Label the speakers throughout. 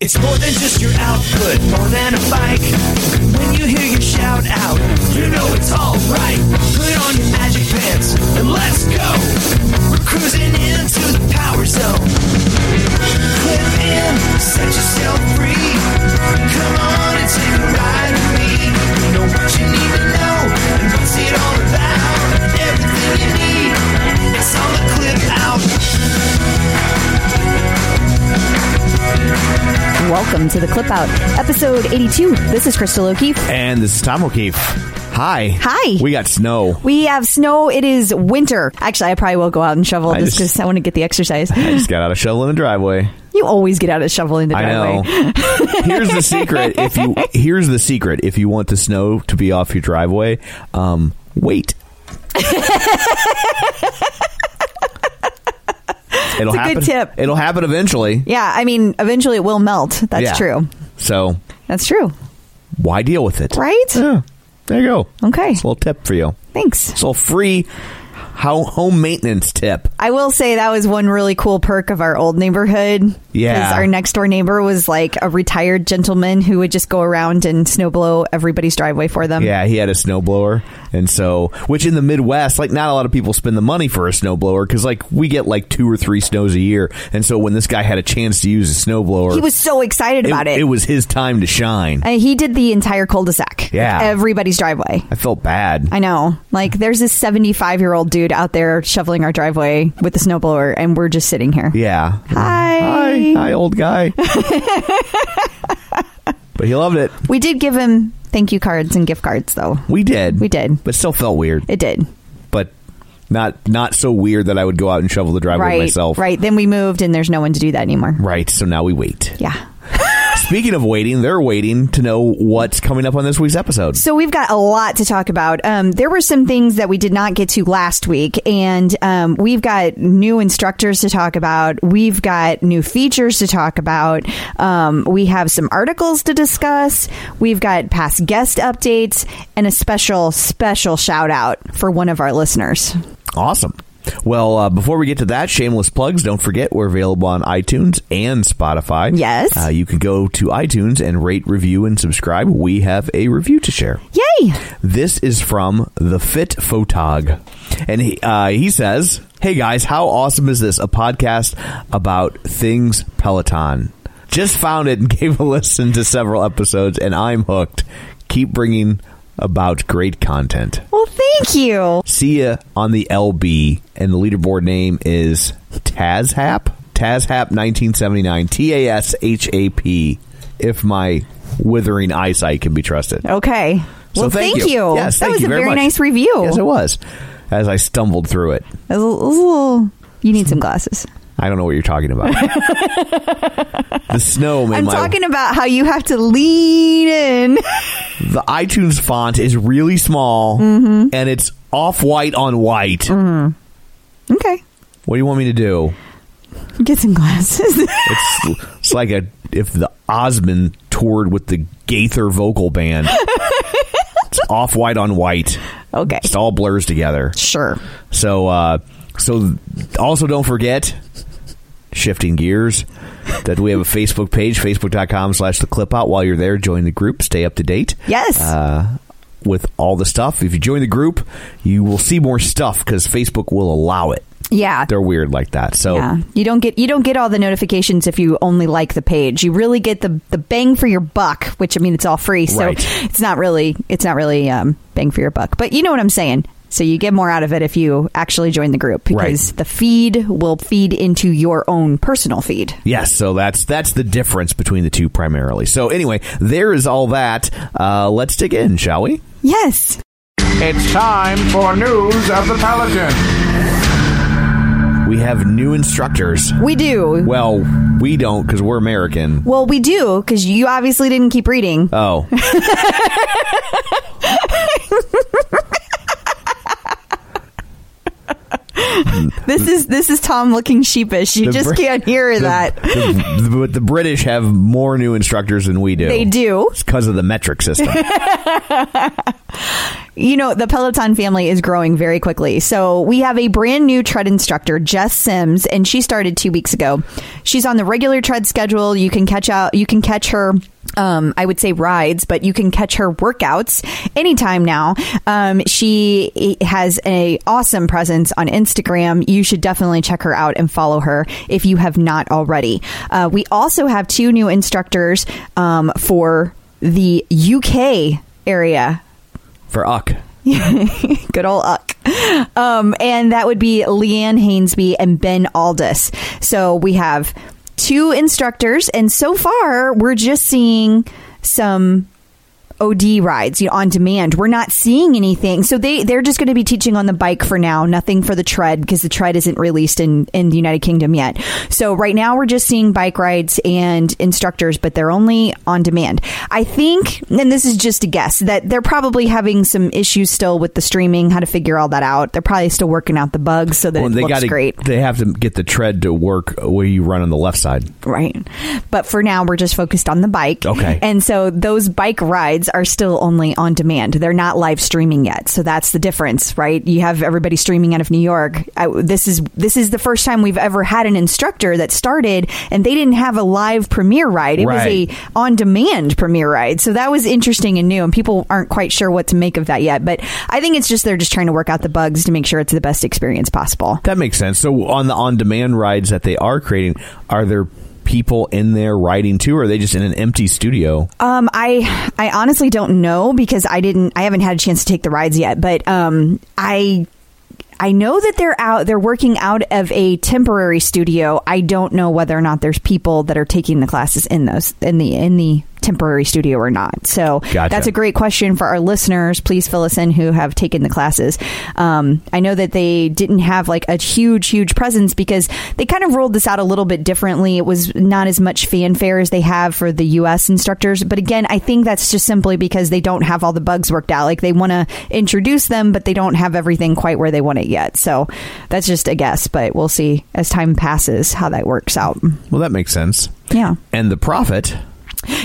Speaker 1: It's more than just your output, more than a bike. When you hear your shout out, you know it's alright. Put on your magic pants and let's go. We're cruising into the power zone. Clip in, set yourself free. Come on and take a ride with me. Know what you need to know and what's it all about. Everything you need, it's on the clip out.
Speaker 2: Welcome to the Clip Out, episode 82. This is Crystal O'Keefe.
Speaker 3: And this is Tom O'Keefe. Hi.
Speaker 2: Hi.
Speaker 3: We got snow.
Speaker 2: We have snow. It is winter. Actually, I probably will go out and shovel
Speaker 3: I
Speaker 2: just because
Speaker 3: just-
Speaker 2: I want to get the exercise.
Speaker 3: I just got out of shovel in the driveway.
Speaker 2: You always get out of shovel in the
Speaker 3: I
Speaker 2: driveway.
Speaker 3: know. here's the secret. If you here's the secret. If you want the snow to be off your driveway, um, wait. It'll
Speaker 2: It's a
Speaker 3: happen.
Speaker 2: good tip.
Speaker 3: It'll happen eventually.
Speaker 2: Yeah, I mean, eventually it will melt. That's
Speaker 3: Yeah.
Speaker 2: true.
Speaker 3: So
Speaker 2: That's true.
Speaker 3: why deal with it?
Speaker 2: Right?
Speaker 3: Yeah. There you go.
Speaker 2: Okay.
Speaker 3: It's a little tip for you.
Speaker 2: Thanks.
Speaker 3: It's a little free how home maintenance tip.
Speaker 2: I will say that was one really cool perk of our old neighborhood.
Speaker 3: Yeah.
Speaker 2: 'Cause Our next door neighbor was like a retired gentleman who would just go around and snowblow everybody's driveway for them.
Speaker 3: Yeah, he had a snowblower, and so which in the Midwest, like not a lot of people spend the money for a snowblower because like we get like two or three snows a year, and so when this guy had a chance to use a snowblower,
Speaker 2: He was so excited about it.
Speaker 3: It was his time to shine.
Speaker 2: And he did the entire cul-de-sac. Like,
Speaker 3: Yeah.
Speaker 2: everybody's driveway.
Speaker 3: I felt bad.
Speaker 2: I know. Like there's this 75 year old dude out there shoveling our driveway with a snowblower, and we're just sitting here.
Speaker 3: yeah.
Speaker 2: Hi.
Speaker 3: Hi, hi, old guy. but he loved it.
Speaker 2: We did give him thank you cards and gift cards, though.
Speaker 3: We did.
Speaker 2: We did.
Speaker 3: But still felt weird.
Speaker 2: It did.
Speaker 3: but not not so weird that I would go out and shovel the driveway
Speaker 2: right.
Speaker 3: myself.
Speaker 2: Right. Then we moved, and there's no one to do that anymore.
Speaker 3: Right. So now we wait.
Speaker 2: Yeah.
Speaker 3: Speaking of waiting, they're waiting to know what's coming up on this week's episode.
Speaker 2: So we've got a lot to talk about. Um, there were some things that we did not get to last week, and um, we've got new instructors to talk about. We've got new features to talk about. Um, we have some articles to discuss. We've got past guest updates and a special, special shout out for one of our listeners.
Speaker 3: Awesome. Well, uh, before we get to that, shameless plugs. Don't forget we're available on iTunes and Spotify.
Speaker 2: Yes.
Speaker 3: uh, you can go to iTunes and rate, review, and subscribe. We have a review to share.
Speaker 2: Yay!
Speaker 3: This is from the Fit Photog, and he uh, he says, "Hey guys, how awesome is this? A podcast about things Peloton. Just found it and gave a listen to several episodes, and I'm hooked. Keep bringing." About great content.
Speaker 2: Well, thank you.
Speaker 3: See ya on the LB, and the leaderboard name is TazHap. TazHap 1979. T A S H A P. If my withering eyesight can be trusted.
Speaker 2: Okay.
Speaker 3: So
Speaker 2: well, thank, you. that
Speaker 3: Yes, thank
Speaker 2: was
Speaker 3: you
Speaker 2: a very
Speaker 3: much.
Speaker 2: nice review.
Speaker 3: Yes, it was. As I stumbled through it,
Speaker 2: It was a little- you need some glasses.
Speaker 3: I don't know what you're talking about. the snow made
Speaker 2: I'm
Speaker 3: my
Speaker 2: talking about how you have to lean in.
Speaker 3: the iTunes font is really small
Speaker 2: Mm-hmm.
Speaker 3: and it's off white on white.
Speaker 2: okay.
Speaker 3: What do you want me to do?
Speaker 2: Get some glasses.
Speaker 3: It's, it's like a if the Osmond toured with the Gaither vocal band. it's off white on white.
Speaker 2: okay.
Speaker 3: It all blurs together.
Speaker 2: Sure.
Speaker 3: So, uh, so also don't forget shifting gears that we have a Facebook page, facebook.com slash the clip out. While you're there, join the group, stay up to date.
Speaker 2: Yes.
Speaker 3: Uh, with all the stuff. If you join the group, you will see more stuff because Facebook will allow it.
Speaker 2: yeah.
Speaker 3: They're weird like that. So,
Speaker 2: Yeah. You don't get you don't get all the notifications if you only like the page. You really get the the bang for your buck, which I mean it's all free, so
Speaker 3: Right.
Speaker 2: it's not really it's not really um, bang for your buck. But you know what I'm saying. So you get more out of it if you actually join the group because
Speaker 3: Right.
Speaker 2: the feed will feed into your own personal feed.
Speaker 3: Yes, so that's that's the difference between the two primarily. So anyway, there is all that. Uh, let's dig in, shall we?
Speaker 2: Yes.
Speaker 4: It's time for news of the Paladin.
Speaker 3: We have new instructors.
Speaker 2: We do.
Speaker 3: Well, we don't because we're American.
Speaker 2: Well, we do because you obviously didn't keep reading.
Speaker 3: Oh.
Speaker 2: This is this is Tom looking sheepish. You
Speaker 3: The
Speaker 2: just
Speaker 3: Brit-
Speaker 2: can't hear
Speaker 3: the-
Speaker 2: that.
Speaker 3: the- the- but the British have more new instructors than we do.
Speaker 2: They do.
Speaker 3: It's because of the metric system.
Speaker 2: you know, the Peloton family is growing very quickly. So we have a brand new tread instructor, Jess Sims, and she started two weeks ago. She's on the regular tread schedule. You can catch out, you can catch her. Um, I would say rides, but you can catch her workouts anytime now. Um, she has a awesome presence on Instagram. You should definitely check her out and follow her if you have not already. Uh, we also have two new instructors um, for the UK area
Speaker 3: for Uck.
Speaker 2: good old Uck. Um, and that would be Leanne Hainsby and Ben Aldis. So we have two instructors, and so far we're just seeing some OD rides, you know, on demand. We're not seeing anything. So they they're just going to be teaching on the bike for now, nothing for the tread because the tread isn't released in in the United Kingdom yet. So right now we're just seeing bike rides and instructors, but they're only on demand. I think, and this is just a guess, that they're probably having some issues still with the streaming, how to figure all that out. They're probably still working out the bugs so that
Speaker 3: Well,
Speaker 2: it
Speaker 3: they
Speaker 2: looks
Speaker 3: got
Speaker 2: great.
Speaker 3: They have to get the tread to work where you run on the left side.
Speaker 2: Right. But for now, we're just focused on the bike.
Speaker 3: Okay.
Speaker 2: And so those bike rides are still only on demand. They're not live streaming yet. So that's the difference, right? You have everybody streaming out of New York. I, this is this is the first time we've ever had an instructor that started and they didn't have a live premiere ride. It
Speaker 3: Right.
Speaker 2: was a on demand premiere ride. So that was interesting and new and people aren't quite sure what to make of that yet. But I think it's just they're just trying to work out the bugs to make sure it's the best experience possible.
Speaker 3: That makes sense. So on the on-demand rides that they are creating, are there people in there riding too, or are they just in an empty studio?
Speaker 2: Um, I I honestly don't know because I didn't I haven't had a chance to take the rides yet, but um, I I know that they're out they're working out of a temporary studio. I don't know whether or not there's people that are taking the classes in those in the in the temporary studio or not. So
Speaker 3: Gotcha.
Speaker 2: that's a great question for our listeners. Please fill us in who have taken the classes. Um, I know that they didn't have like a huge, huge presence because they kind of rolled this out a little bit differently. It was not as much fanfare as they have for the U.S. instructors. But again, I think that's just simply because they don't have all the bugs worked out. Like they want to introduce them, but they don't have everything quite where they want it yet. So that's just a guess, but we'll see as time passes how that works out.
Speaker 3: Well, that makes sense.
Speaker 2: Yeah.
Speaker 3: And the profit.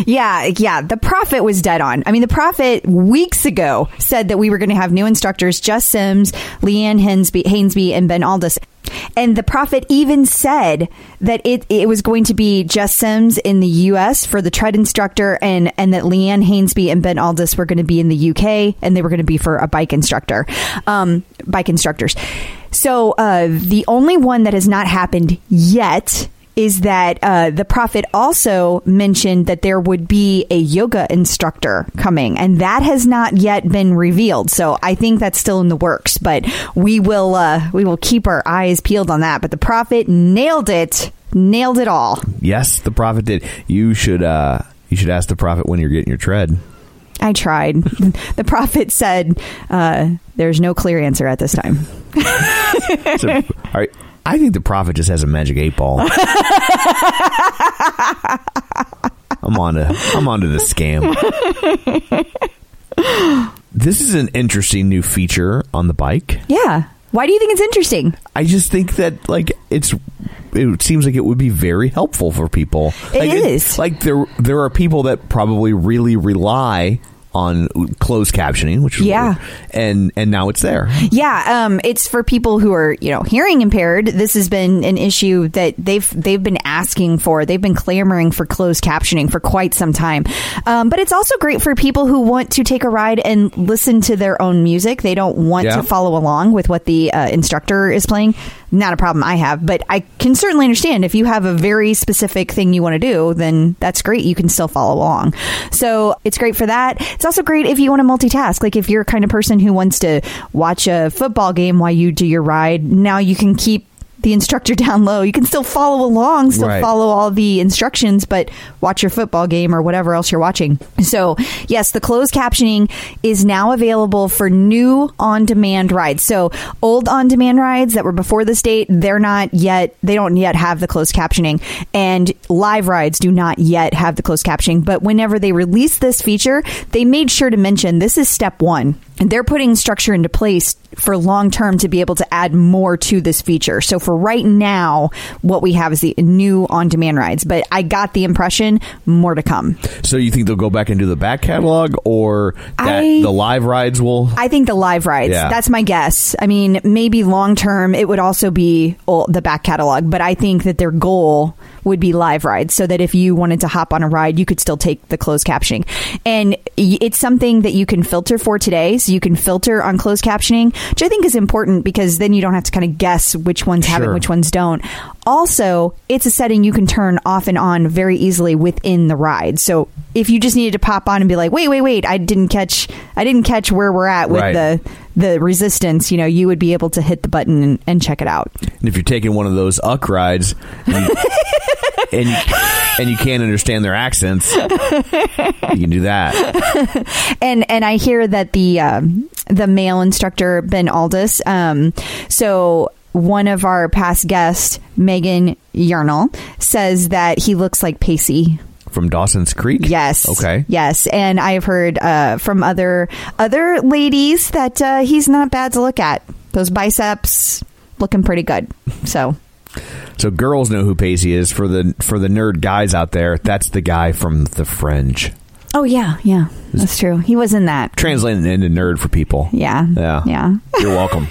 Speaker 2: Yeah, yeah. The prophet was dead on. I mean, the prophet weeks ago said that we were going to have new instructors, Jess Sims, Leanne Hainsby, Hainsby and Ben Aldis. And the prophet even said that it, it was going to be Jess Sims in the U.S. for the tread instructor and, and that Leanne Hainsby and Ben Aldis were going to be in the U.K. and they were going to be for a bike instructor, um, bike instructors. So uh, the only one that has not happened yet is that uh, the prophet also mentioned that there would be a yoga instructor coming, and that has not yet been revealed. So I think that's still in the works, but we will uh, we will keep our eyes peeled on that. But the prophet nailed it, nailed it all.
Speaker 3: Yes, the profit did. You should. uh You should ask the profit when you're getting your tread.
Speaker 2: I tried. the prophet said, uh, "There's no clear answer at this time."
Speaker 3: So, all right. I think the prophet just has a magic eight ball. I'm on to I'm on to the scam. This is an interesting new feature on the bike.
Speaker 2: Yeah. Why do you think it's interesting?
Speaker 3: I just think that like it's it seems like it would be very helpful for people.
Speaker 2: It
Speaker 3: like,
Speaker 2: is.
Speaker 3: like there there are people that probably really rely on closed captioning, which is
Speaker 2: Yeah.
Speaker 3: and and now it's there.
Speaker 2: Yeah, um, it's for people who are you know hearing impaired. This has been an issue that they've they've been asking for. They've been clamoring for closed captioning for quite some time. Um, but it's also great for people who want to take a ride and listen to their own music. They don't want
Speaker 3: Yeah.
Speaker 2: to follow along with what the uh, instructor is playing. Not a problem I have, but I can certainly understand if you have a very specific thing you want to do, then that's great. You can still follow along. So it's great for that. It's also great if you want to multitask. Like if you're a kind of person who wants to watch a football game while you do your ride, now you can keep the instructor down low. You can still follow along, still
Speaker 3: Right.
Speaker 2: follow all the instructions, but watch your football game or whatever else you're watching. So, yes, the closed captioning is now available for new on demand rides. So, old on demand rides that were before this date, they're not yet, they don't yet have the closed captioning. And live rides do not yet have the closed captioning. But whenever they release this feature, they made sure to mention this is step one. And they're putting structure into place for long term to be able to add more to this feature. So for for right now, what we have is the new on demand rides. But I got the impression more to come.
Speaker 3: So you think they'll go back and do the back catalog, or that
Speaker 2: I-
Speaker 3: the live rides will?
Speaker 2: I think the live rides.
Speaker 3: Yeah.
Speaker 2: That's my guess. I mean, maybe long term it would also be well, the back catalog, but I think that their goal would be live rides so that if you wanted to hop on a ride, you could still take the closed captioning. And y- it's something that you can filter for today. So you can filter on closed captioning, which I think is important because then you don't have to kind of guess which ones have it,
Speaker 3: Sure.
Speaker 2: which ones don't. Also, it's a setting you can turn off and on very easily within the ride. So if you just needed to pop on and be like, wait, wait, wait, I didn't catch, I didn't catch where we're at with
Speaker 3: Right.
Speaker 2: the the resistance, you know, you would be able to hit the button and, and check it out.
Speaker 3: And if you're taking one of those uck rides, you- and you, and you can't understand their accents, you can do that.
Speaker 2: And and I hear that the um, the male instructor Ben Aldis, um, so one of our past guests, Megan Yarnell, says that he looks like Pacey
Speaker 3: From Dawson's Creek.
Speaker 2: Yes.
Speaker 3: Okay.
Speaker 2: Yes, and I have heard uh, from other other ladies that uh, he's not bad to look at. Those biceps looking pretty good. So
Speaker 3: So girls know who Pacey is. For the for the nerd guys out there, that's the guy from The Fringe.
Speaker 2: Oh yeah, yeah. That's true. He was in that.
Speaker 3: Translating into nerd for people.
Speaker 2: Yeah.
Speaker 3: Yeah.
Speaker 2: Yeah.
Speaker 3: You're welcome.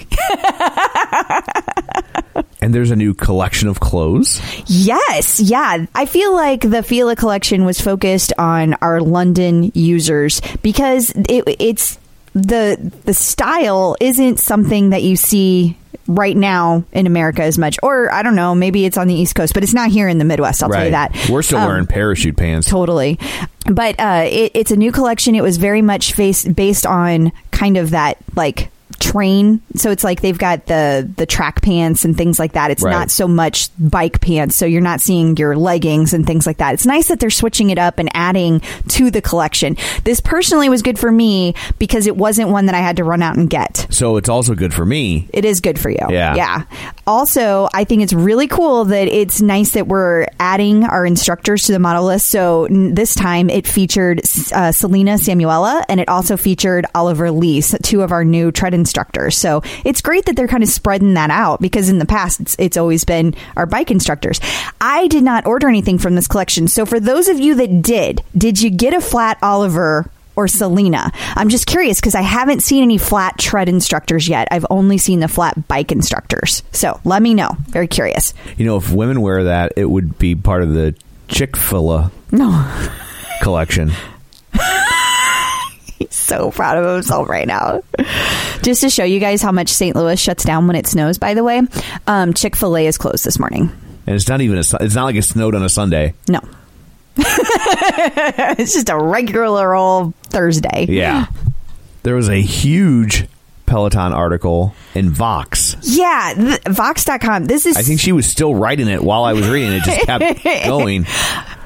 Speaker 3: and there's a new collection of clothes.
Speaker 2: Yes, yeah. I feel like the Fila collection was focused on our London users because it, it's the the style isn't something that you see right now in America as much, or I don't know, maybe it's on the East Coast, but it's not here in the Midwest. I'll tell you that
Speaker 3: We're still
Speaker 2: Um,
Speaker 3: wearing parachute pants.
Speaker 2: totally. But uh, it, it's a new collection. It was very much face, based on kind of that like train. So it's like they've got the the track pants and things like that. It's
Speaker 3: Right.
Speaker 2: not so much bike pants. So you're not seeing your leggings and things like that. It's nice that they're switching it up and adding to the collection. This personally was good for me because it wasn't one that I had to run out and get.
Speaker 3: so it's also good for me.
Speaker 2: It is good for you.
Speaker 3: Yeah.
Speaker 2: Yeah. Also, I think it's really cool that it's nice that we're adding our instructors to the model list. So n- this time it featured uh, Selena Samuela and it also featured Oliver Lee, so two of our new tread instructors. So it's great that they're kind of spreading that out because in the past it's, it's always been our bike instructors. I did not order anything from this collection. So for those of you that did, did you get a flat Oliver or Selena. I'm just curious because I haven't seen any flat tread instructors yet. I've only seen the flat bike instructors. So let me know. Very curious.
Speaker 3: You know, if women wear that, it would be part of the Chick fil A
Speaker 2: No,
Speaker 3: collection.
Speaker 2: he's so proud of himself right now. Just to show you guys how much St. Louis shuts down when it snows, by the way, um, Chick fil A is closed this morning.
Speaker 3: And it's not even a, su- it's not like it snowed on a Sunday.
Speaker 2: No. it's just a regular old Thursday.
Speaker 3: Yeah. there was a huge Peloton article in Vox.
Speaker 2: Yeah. Th- Vox.com. This is.
Speaker 3: I think she was still writing it while I was reading it. Just kept going.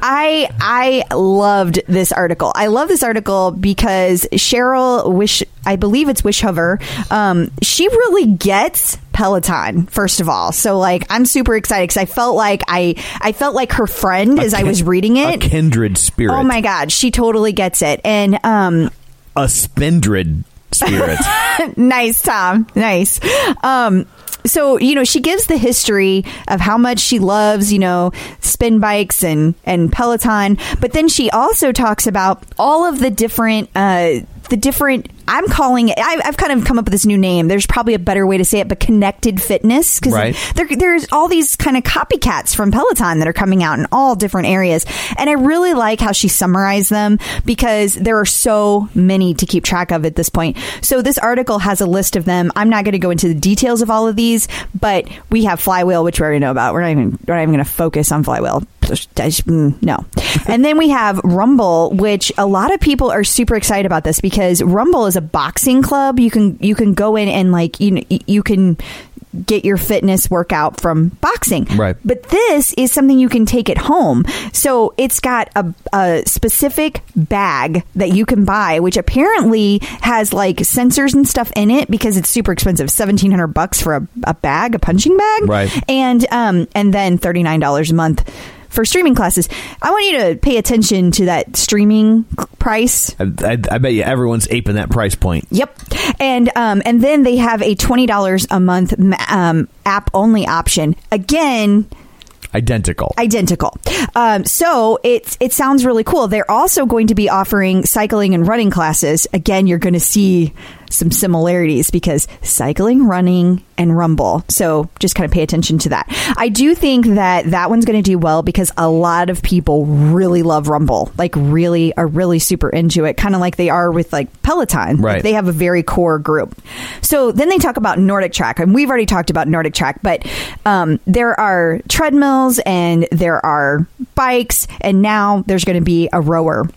Speaker 2: I I loved this article. I love this article because Cheryl Wish, I believe it's Wishhover. Um, she really gets Peloton. First of all, so like I'm super excited because I felt like I I felt like her friend as I was reading
Speaker 3: A
Speaker 2: it.
Speaker 3: kindred spirit.
Speaker 2: Oh my god, she totally gets it. And um,
Speaker 3: A spindred spirit.
Speaker 2: nice tom nice um so you know she gives the history of how much she loves you know spin bikes and and peloton but then she also talks about all of the different uh the different i'm calling it I, i've kind of come up with this new name there's probably a better way to say it but connected fitness because
Speaker 3: Right.
Speaker 2: there, there's all these kind of copycats from Peloton that are coming out in all different areas. And I really like how she summarized them because there are so many to keep track of at this point. So this article has a list of them. I'm not going to go into the details of all of these, but we have Flywheel, which we already know about. We're not even, we're not even going to focus on Flywheel. Mm, No. And then we have Rumble, which a lot of people are super excited about this because Rumble is a boxing club. You can, you can go in and like, you know, you can get your fitness workout from boxing.
Speaker 3: Right.
Speaker 2: But this is something you can take at home. So it's got a, a specific bag that you can buy, which apparently has like sensors and stuff in it because it's super expensive. Seventeen hundred bucks for a, a bag, a punching bag.
Speaker 3: Right.
Speaker 2: And um and then thirty nine dollars a month for streaming classes. I want you to pay attention to that streaming price
Speaker 3: I, I, I bet you everyone's aping that price point.
Speaker 2: Yep. and um, and then they have a twenty dollars a month um, app only option. Again,
Speaker 3: Identical.
Speaker 2: identical. Um, so it's it sounds really cool. They're also going to be offering cycling and running classes. Again, you're going to see some similarities because cycling, running, and rumble. So just kind of pay attention to that. I do think that that one's going to do well because a lot of people really love rumble, like really are really super into it, kind of like they are with like Peloton. Like,
Speaker 3: Right.
Speaker 2: they have a very core group. So then they talk about Nordic track, and we've already talked about Nordic track, but um, there are treadmills and there are bikes, and now there's going to be a rower.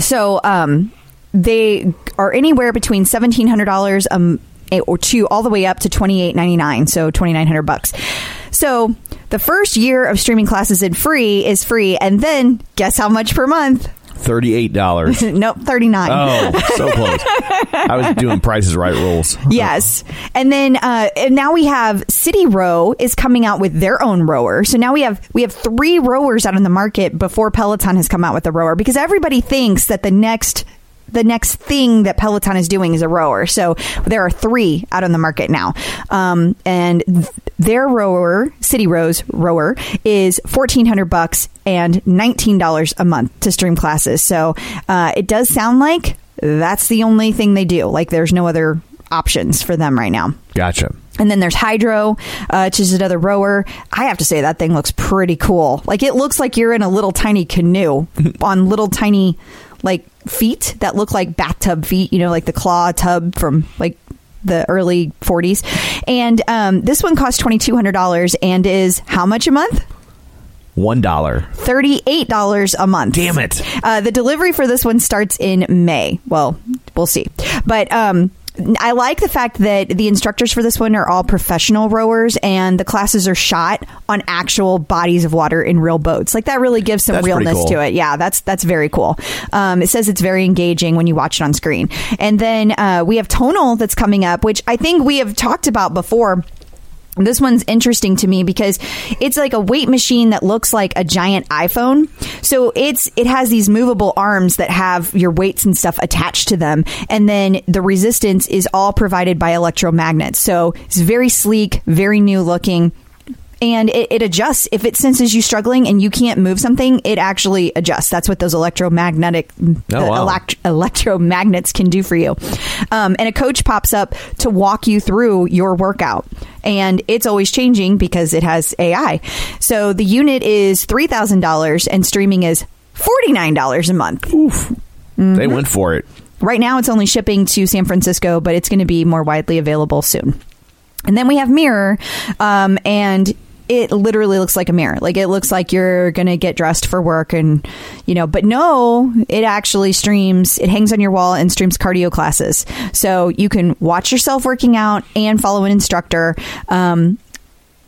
Speaker 2: So um, they are anywhere between seventeen hundred dollars um or two all the way up to twenty eight ninety nine, so twenty nine hundred bucks. So the first year of streaming classes in free is free, and then guess how much per month?
Speaker 3: Thirty-eight dollars.
Speaker 2: nope, thirty nine.
Speaker 3: Oh, so close. I was doing prices right rules.
Speaker 2: Yes. And then uh, and now we have City Row is coming out with their own rower. So now we have we have three rowers out in the market before Peloton has come out with a rower because everybody thinks that the next the next thing that Peloton is doing is a rower. So there are three out on the market now. Um, and th- their rower, City Row's rower, is 1400 bucks and $19 a month to stream classes. So uh, it does sound like that's the only thing they do. Like there's no other options for them right now.
Speaker 3: Gotcha.
Speaker 2: And then there's Hydro, uh, which is another rower. I have to say that thing looks pretty cool. Like it looks like you're in a little tiny canoe on little tiny like feet that look like bathtub feet. You know, like the claw tub from like the early 40s. And um, this one costs twenty two hundred dollars and is how much a month?
Speaker 3: One dollar.
Speaker 2: Thirty eight dollars a month.
Speaker 3: Damn it.
Speaker 2: Uh, the delivery for this one starts in May. Well, we'll see. But um, I like the fact that the instructors for this one are all professional rowers, and the classes are shot on actual bodies of water in real boats. Like that really gives some
Speaker 3: That's pretty
Speaker 2: realness
Speaker 3: cool.
Speaker 2: to it. Yeah, that's that's very cool. Um, it says it's very engaging when you watch it on screen. And then uh, we have Tonal that's coming up, which I think we have talked about before. This one's interesting to me because it's like a weight machine that looks like a giant iPhone. So it's it has these movable arms that have your weights and stuff attached to them and then the resistance is all provided by electromagnets. So it's very sleek, very new looking and it, it adjusts if it senses you struggling and you can't move something it actually adjusts that's what those electromagnetic the
Speaker 3: wow.
Speaker 2: elect- electromagnets can do for you um, and a coach pops up to walk you through your workout and it's always changing because it has ai so the unit is $3000 and streaming is $49 a month Mm-hmm.
Speaker 3: They went for it.
Speaker 2: Right now, it's only shipping to San Francisco, but it's going to be more widely available soon. And then we have Mirror, um, and it literally looks like a mirror. Like it looks like you're going to get dressed for work, and you know, but no, it actually streams. It hangs on your wall and streams cardio classes, so you can watch yourself working out and follow an instructor. Um,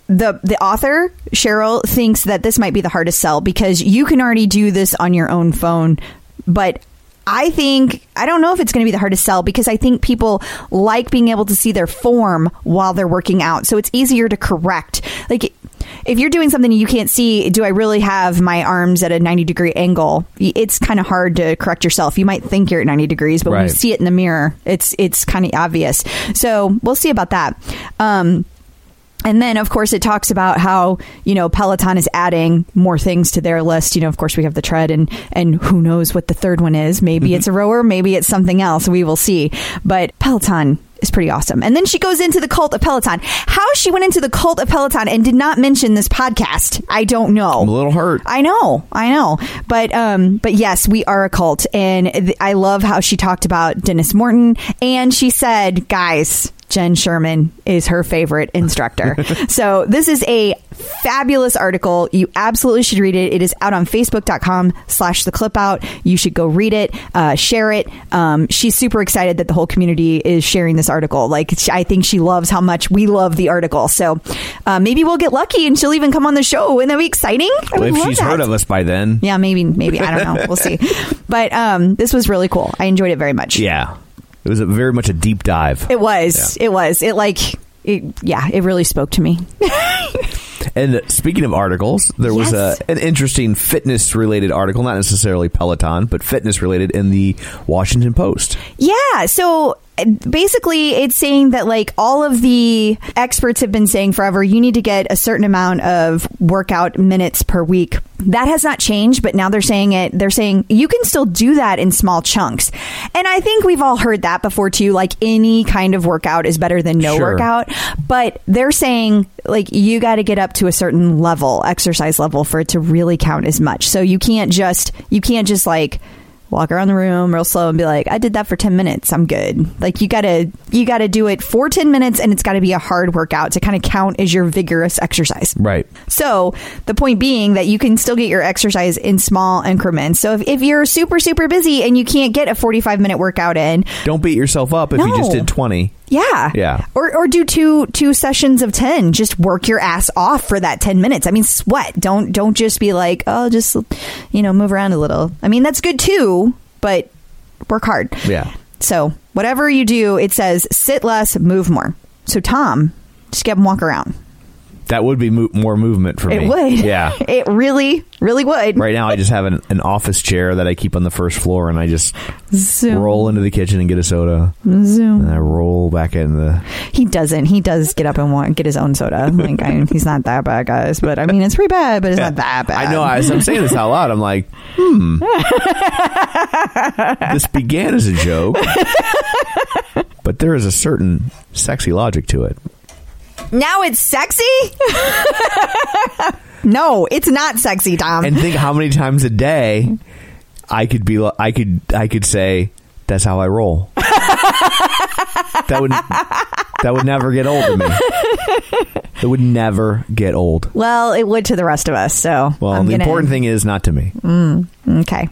Speaker 2: the the author Cheryl thinks that this might be the hardest sell because you can already do this on your own phone, but I think I don't know if it's going to be the hardest sell because I think people like being able to see their form while they're working out, so it's easier to correct. Like if you're doing something and you can't see, do I really have my arms at a 90 degree angle? It's kind of hard to correct yourself. You might think you're at 90 degrees, but when you
Speaker 3: Right.
Speaker 2: see it in the mirror, it's it's kind of obvious. So we'll see about that. Um, and then, of course, it talks about how you know Peloton is adding more things to their list. You know, of course, we have the tread, and and who knows what the third one is? Maybe
Speaker 3: Mm-hmm.
Speaker 2: it's a rower, maybe it's something else. We will see. But Peloton is pretty awesome. And then she goes into the cult of Peloton. How she went into the cult of Peloton and did not mention this podcast, I don't know.
Speaker 3: I'm a little hurt.
Speaker 2: I know, I know, but um, but yes, we are a cult, and th- I love how she talked about Dennis Morton, and she said, guys. Jen Sherman is her favorite instructor. so this is a fabulous article. You absolutely should read it. It is out on facebook.com slash the clip out. You should go read it, uh, share it. Um, she's super excited that the whole community is sharing this article. Like she- I think she loves how much we love the article. So uh, maybe we'll get lucky and she'll even come on the show. Wouldn't that be exciting? I would
Speaker 3: if
Speaker 2: love
Speaker 3: she's
Speaker 2: that.
Speaker 3: heard of us by then.
Speaker 2: Yeah, maybe, maybe I don't know. We'll see. But um, this was really cool. I enjoyed it very much.
Speaker 3: Yeah. It was a, very much a deep dive.
Speaker 2: it was. It was. It like. It, yeah, it really spoke to me.
Speaker 3: And speaking of articles, there was
Speaker 2: Yes.
Speaker 3: a, an interesting fitness related article, not necessarily Peloton, but fitness related in the Washington Post.
Speaker 2: Yeah. So basically it's saying that like all of the experts have been saying forever you need to get a certain amount of workout minutes per week that has not changed but now they're saying it they're saying you can still do that in small chunks and i think we've all heard that before too like any kind of workout is better than no
Speaker 3: Sure.
Speaker 2: workout but they're saying like you got to get up to a certain level exercise level for it to really count as much so you can't just you can't just like walk around the room real slow and be like i did that for 10 minutes i'm good like you gotta you gotta do it for 10 minutes and it's gotta be a hard workout to kind of count as your vigorous exercise
Speaker 3: Right.
Speaker 2: so the point being that you can still get your exercise in small increments so if, if you're super super busy and you can't get a 45 minute workout in
Speaker 3: Don't beat yourself up if you just
Speaker 2: No.
Speaker 3: did 20.
Speaker 2: yeah.
Speaker 3: Yeah.
Speaker 2: Or or do two two sessions of 10. Just work your ass off for that 10 minutes. I mean, sweat. Don't don't just be like, "Oh, just you know, move around a little." I mean, that's good too, but work hard.
Speaker 3: Yeah.
Speaker 2: So, whatever you do, it says sit less, move more. So, Tom, just get up and walk around.
Speaker 3: That would be mo- more movement for
Speaker 2: It
Speaker 3: me.
Speaker 2: would.
Speaker 3: Yeah.
Speaker 2: it really really would.
Speaker 3: Right now, I just have an, an office chair that I keep on the first floor, and I just
Speaker 2: Zoom.
Speaker 3: roll into the kitchen and get a soda.
Speaker 2: Zoom.
Speaker 3: And I roll back in the.
Speaker 2: He doesn't. He does get up and want, get his own soda. Like I, he's not that bad, guys. But I mean, it's pretty bad. But it's not that bad.
Speaker 3: I know. As I'm saying this out loud, I'm like, hmm. this began as a joke, but there is a certain sexy logic to it.
Speaker 2: Now it's sexy? no, it's not sexy, Tom.
Speaker 3: And think how many times a day I could be. li- I could. I could say that's how I roll. that would. That would never get old to me. It would never get old.
Speaker 2: well, it would to the rest of us. So,
Speaker 3: Well,
Speaker 2: I'm
Speaker 3: the
Speaker 2: gonna-
Speaker 3: important thing is not to me.
Speaker 2: Okay.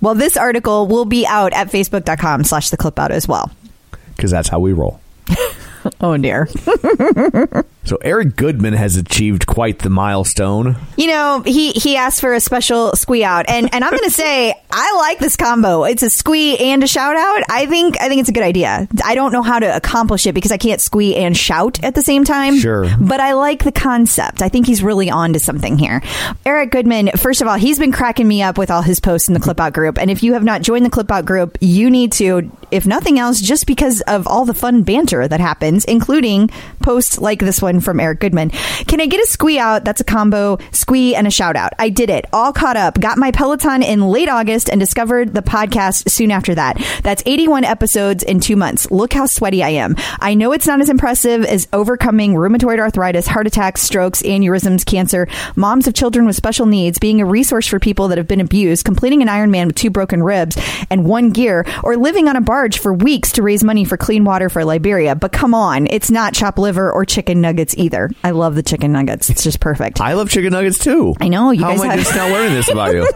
Speaker 2: Well, this article will be out at facebook.com slash the clip out as well.
Speaker 3: because that's how we roll.
Speaker 2: Oh, dear.
Speaker 3: So Eric Goodman has achieved quite the milestone.
Speaker 2: You know, he, he asked for a special squee out. And, and I'm going to say, I like this combo. It's a squee and a shout out. I think, I think it's a good idea. I don't know how to accomplish it because I can't squee and shout at the same time.
Speaker 3: Sure.
Speaker 2: But I like the concept. I think he's really on to something here. Eric Goodman, first of all, he's been cracking me up with all his posts in the Clip Out group. And if you have not joined the Clip Out group, you need to, if nothing else, just because of all the fun banter that happens, including posts like this one from Eric Goodman. Can I get a squee out? That's a combo squee and a shout out. I did it. All caught up. Got my Peloton in late August and discovered the podcast soon after that. That's 81 episodes in two months. Look how sweaty I am. I know it's not as impressive as overcoming rheumatoid arthritis, heart attacks, strokes, aneurysms, cancer, moms of children with special needs, being a resource for people that have been abused, completing an Ironman with two broken ribs and one gear, or living on a barge for weeks to raise money for clean water for Liberia. But come on, it's not chopped liver or chicken nuggets either. I love the chicken nuggets. It's just perfect.
Speaker 3: I love chicken nuggets too.
Speaker 2: I know, you
Speaker 3: How
Speaker 2: guys
Speaker 3: am I
Speaker 2: have-
Speaker 3: just now learning this about you?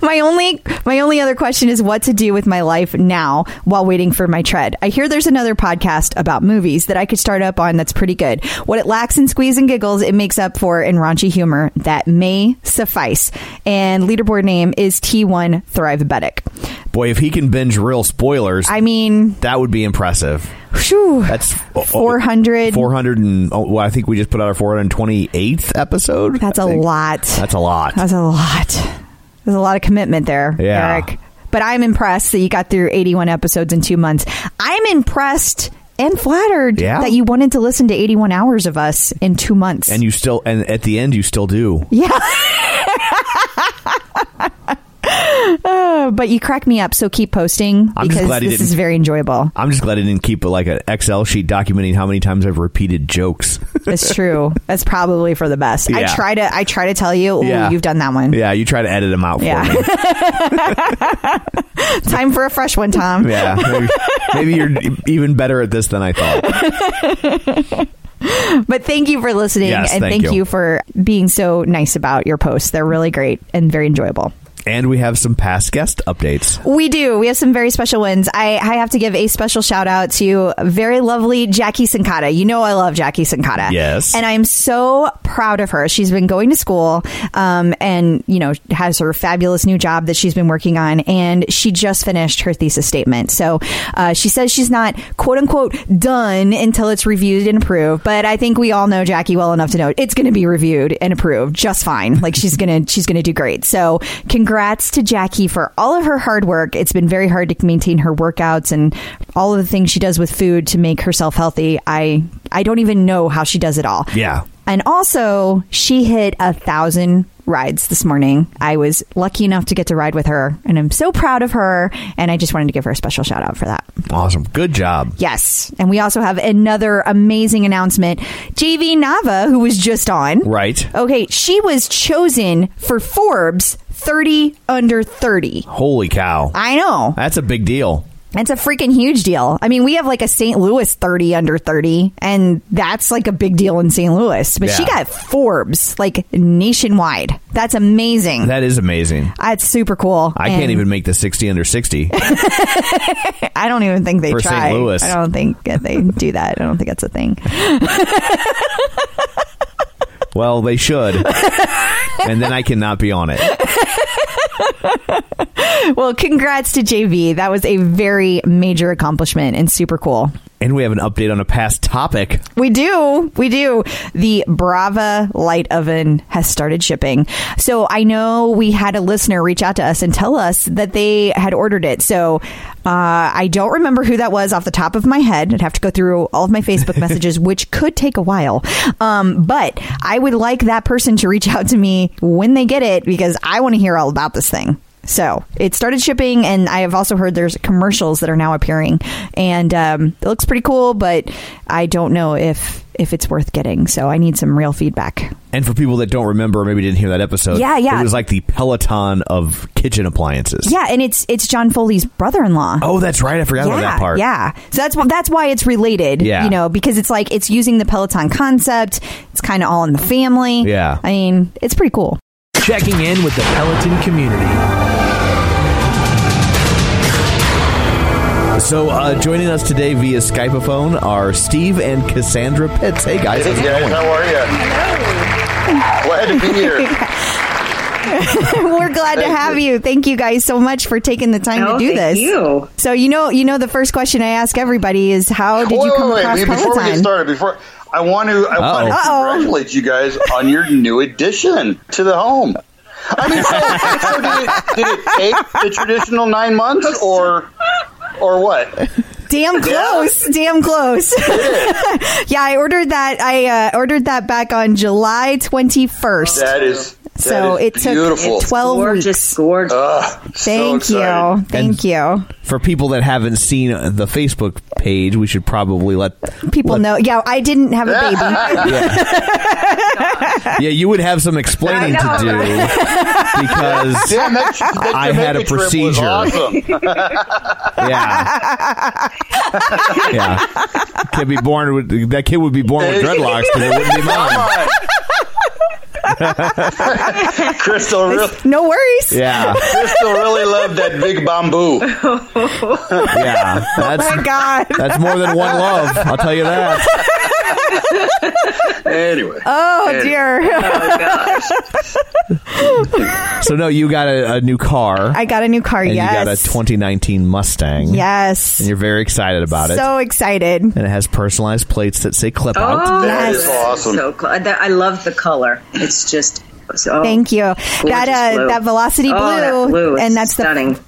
Speaker 2: my only my only other question is what to do with my life now while waiting for my tread. I hear there's another podcast about movies that I could start up on that's pretty good. What it lacks in squeeze and giggles, it makes up for in raunchy humor that may suffice. And leaderboard name is T1 Thrivebetic.
Speaker 3: Boy, if he can binge real spoilers,
Speaker 2: I mean,
Speaker 3: that would be impressive.
Speaker 2: whew,
Speaker 3: That's
Speaker 2: four hundred.
Speaker 3: Four hundred and oh, well, I think we just put out our four hundred twenty eighth episode.
Speaker 2: That's
Speaker 3: I
Speaker 2: a
Speaker 3: think.
Speaker 2: lot.
Speaker 3: That's a lot.
Speaker 2: That's a lot. There's a lot of commitment there,
Speaker 3: Yeah.
Speaker 2: Eric. But I'm impressed that you got through 81 episodes in two months. I'm impressed and flattered
Speaker 3: Yeah.
Speaker 2: that you wanted to listen to 81 hours of us in two months.
Speaker 3: and you still, and at the end, you still do.
Speaker 2: yeah. Oh, but you crack me up, so keep posting
Speaker 3: I'm just
Speaker 2: because
Speaker 3: glad you
Speaker 2: this
Speaker 3: didn't-
Speaker 2: is very enjoyable.
Speaker 3: I'm just glad I didn't keep like an Excel sheet documenting how many times I've repeated jokes.
Speaker 2: It's true. That's probably for the best.
Speaker 3: Yeah.
Speaker 2: I try to I try to tell you, ooh,
Speaker 3: Yeah.
Speaker 2: you've done that one.
Speaker 3: yeah, you try to edit them out for
Speaker 2: Yeah.
Speaker 3: me.
Speaker 2: Time for a fresh one, Tom.
Speaker 3: Yeah, maybe, maybe you're even better at this than I thought.
Speaker 2: But thank you for listening
Speaker 3: Yes,
Speaker 2: and
Speaker 3: thank
Speaker 2: thank,
Speaker 3: you.
Speaker 2: you. for being so nice about your posts. They're really great and very enjoyable.
Speaker 3: And we have some past guest updates.
Speaker 2: We do. We have some very special ones. I, I have to give a special shout out to very lovely Jackie Sincata. You know, I love Jackie Sincata.
Speaker 3: Yes.
Speaker 2: And I'm so proud of her. She's been going to school um, and, you know, has her fabulous new job that she's been working on. And she just finished her thesis statement. So uh, she says she's not, quote unquote, done until it's reviewed and approved. But I think we all know Jackie well enough to know it's going to be reviewed and approved just fine. Like she's going to she's going to do great. So congrats to Jackie for all of her hard work. It's been very hard to maintain her workouts and all of the things she does with food to make herself healthy. I I don't even know how she does it all.
Speaker 3: Yeah.
Speaker 2: And also, she hit a thousand rides this morning. I was lucky enough to get to ride with her, and I'm so proud of her. And I just wanted to give her a special shout out for that.
Speaker 3: Awesome. Good job.
Speaker 2: Yes. And we also have another amazing announcement. JV Nava, who was just on.
Speaker 3: Right.
Speaker 2: Okay, she was chosen for Forbes 30 under 30.
Speaker 3: Holy cow.
Speaker 2: I know.
Speaker 3: That's a big deal.
Speaker 2: It's a freaking huge deal. I mean, we have like a St. Louis 30 under 30, and that's like a big deal in St. Louis. But she
Speaker 3: Yeah.
Speaker 2: got Forbes like nationwide. That's amazing.
Speaker 3: That is amazing.
Speaker 2: that's super cool.
Speaker 3: I
Speaker 2: And
Speaker 3: can't even make the 60 under 60.
Speaker 2: I don't even think they
Speaker 3: For St.
Speaker 2: try.
Speaker 3: Louis.
Speaker 2: I don't think that they do that. I don't think that's a thing.
Speaker 3: well, they should. and then I cannot be on it.
Speaker 2: Well, congrats to JV. That was a very major accomplishment and super cool.
Speaker 3: And we have an update on a past topic.
Speaker 2: We do. We do. The Brava light oven has started shipping. So I know we had a listener reach out to us and tell us that they had ordered it. So uh, I don't remember who that was off the top of my head. I'd have to go through all of my Facebook messages, which could take a while. Um, but I would like that person to reach out to me when they get it because I want to hear all about this thing. So it started shipping, and I have also heard there's commercials that are now appearing, and um, it looks pretty cool. But I don't know if if it's worth getting. So I need some real feedback.
Speaker 3: And for people that don't remember or maybe didn't hear that episode,
Speaker 2: Yeah, yeah.
Speaker 3: it was like the Peloton of kitchen appliances.
Speaker 2: Yeah, and it's it's John Foley's brother-in-law.
Speaker 3: Oh, that's right. I forgot
Speaker 2: yeah,
Speaker 3: about that part.
Speaker 2: yeah. So that's wh- that's why it's related.
Speaker 3: Yeah.
Speaker 2: you know, because it's like it's using the Peloton concept. It's kind of all in the family.
Speaker 3: Yeah.
Speaker 2: I mean, it's pretty cool.
Speaker 5: Checking in with the Peloton community.
Speaker 3: So uh, joining us today via Skypeophone are Steve and Cassandra Pitts. Hey guys, how's it
Speaker 6: guys,
Speaker 3: going?
Speaker 6: how are you? Glad to be here.
Speaker 2: We're glad to have you. Thank you guys so much for taking the time
Speaker 7: Oh,
Speaker 2: to do
Speaker 7: thank
Speaker 2: this.
Speaker 7: you.
Speaker 2: So you know, you know, the first question I ask everybody is, "How did
Speaker 6: Wait,
Speaker 2: you
Speaker 6: wait,
Speaker 2: come
Speaker 6: wait,
Speaker 2: across
Speaker 6: wait, Before we get
Speaker 2: Peloton?"
Speaker 6: started, before I want to, I want to
Speaker 2: Uh-oh.
Speaker 6: congratulate you guys on your new addition to the home. I mean, so, so did, it, did it take the traditional nine months, or or what?
Speaker 2: Damn close, damn close. yeah, I ordered that. I uh, ordered that back on July twenty first.
Speaker 6: That is that
Speaker 2: so
Speaker 6: is
Speaker 2: it took
Speaker 6: beautiful.
Speaker 2: twelve
Speaker 7: gorgeous,
Speaker 2: weeks.
Speaker 7: gorgeous.
Speaker 6: Ugh, so
Speaker 2: Thank
Speaker 6: excited.
Speaker 2: you, thank you.
Speaker 3: For people that haven't seen the Facebook page, we should probably let
Speaker 2: People
Speaker 3: let-
Speaker 2: know. Yeah, I didn't have a baby.
Speaker 3: Yeah, you would have some explaining to
Speaker 7: I know,
Speaker 3: do because
Speaker 6: Damn, that, that
Speaker 3: I had a
Speaker 6: Jamaica trip was
Speaker 3: procedure.
Speaker 6: Awesome.
Speaker 3: yeah, yeah, kid be born with that kid would be born with dreadlocks because it wouldn't be mine.
Speaker 6: Crystal, real,
Speaker 2: no worries.
Speaker 3: Yeah,
Speaker 6: Crystal really loved that big bamboo.
Speaker 3: yeah,
Speaker 2: Oh my
Speaker 3: that's
Speaker 2: God.
Speaker 3: that's more than one love. I'll tell you that.
Speaker 6: Anyway,
Speaker 2: Oh dear.
Speaker 3: So no, you got a, a new car.
Speaker 2: I got a new car.
Speaker 3: and
Speaker 2: yes.
Speaker 3: you got a 2019 Mustang.
Speaker 2: Yes.
Speaker 3: And you're very excited about it.
Speaker 2: So excited.
Speaker 3: and it has personalized plates that say clip out.
Speaker 7: oh,
Speaker 6: That is
Speaker 7: that's
Speaker 6: awesome.
Speaker 7: So cool. That- I love the color. It's just. So,
Speaker 2: Thank you. That uh,
Speaker 7: blue.
Speaker 2: that Velocity
Speaker 7: Oh,
Speaker 2: Blue,
Speaker 7: that blue is
Speaker 2: and that's
Speaker 7: stunning.
Speaker 2: the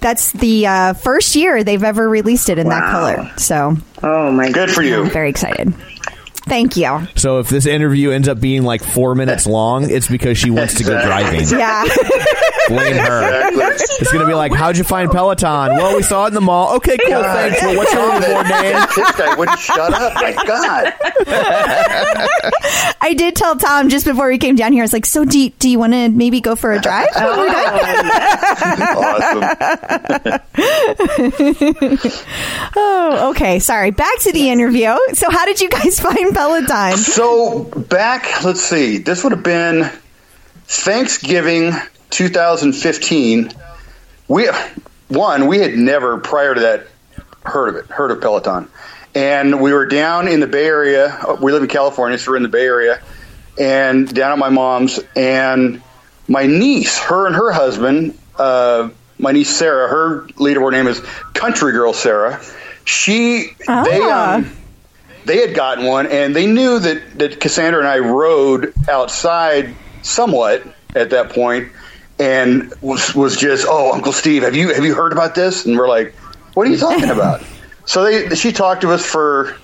Speaker 2: that's the uh, first year they've ever released it in that
Speaker 7: Wow.
Speaker 2: color. So
Speaker 7: Oh my
Speaker 6: good for you.
Speaker 2: I'm very excited. Thank you.
Speaker 3: So if this interview ends up being like four minutes long, it's because she wants to go driving.
Speaker 2: Yeah,
Speaker 3: Blame her.
Speaker 6: Exactly.
Speaker 3: It's gonna be like, how'd you find Peloton? Well, we saw it in the mall. Okay, cool, thanks. Well, what's your reward name?
Speaker 6: This guy wouldn't shut up. My God.
Speaker 2: I did tell Tom just before we came down here. I was like, "So do you, do you want to maybe go for a drive?"
Speaker 7: Oh,
Speaker 6: Oh. Awesome.
Speaker 2: oh, okay. Sorry. Back to the interview. So, how did you guys find Peloton?
Speaker 6: So back, let's see. This would have been Thanksgiving 2015. We one we had never prior to that heard of it, heard of Peloton, and we were down in the Bay Area. uh, We live in California, so we're in the Bay Area, and down at my mom's and my niece, her and her husband, uh, my niece Sarah. Her leaderboard name is Country Girl Sarah. She they
Speaker 2: Ah.
Speaker 6: um, they had gotten one, and they knew that, that Cassandra and I rode outside somewhat at that point, and was, was just, "Oh, Uncle Steve, have you have you heard about this?" And we're like, "What are you talking about?" so they she talked to us for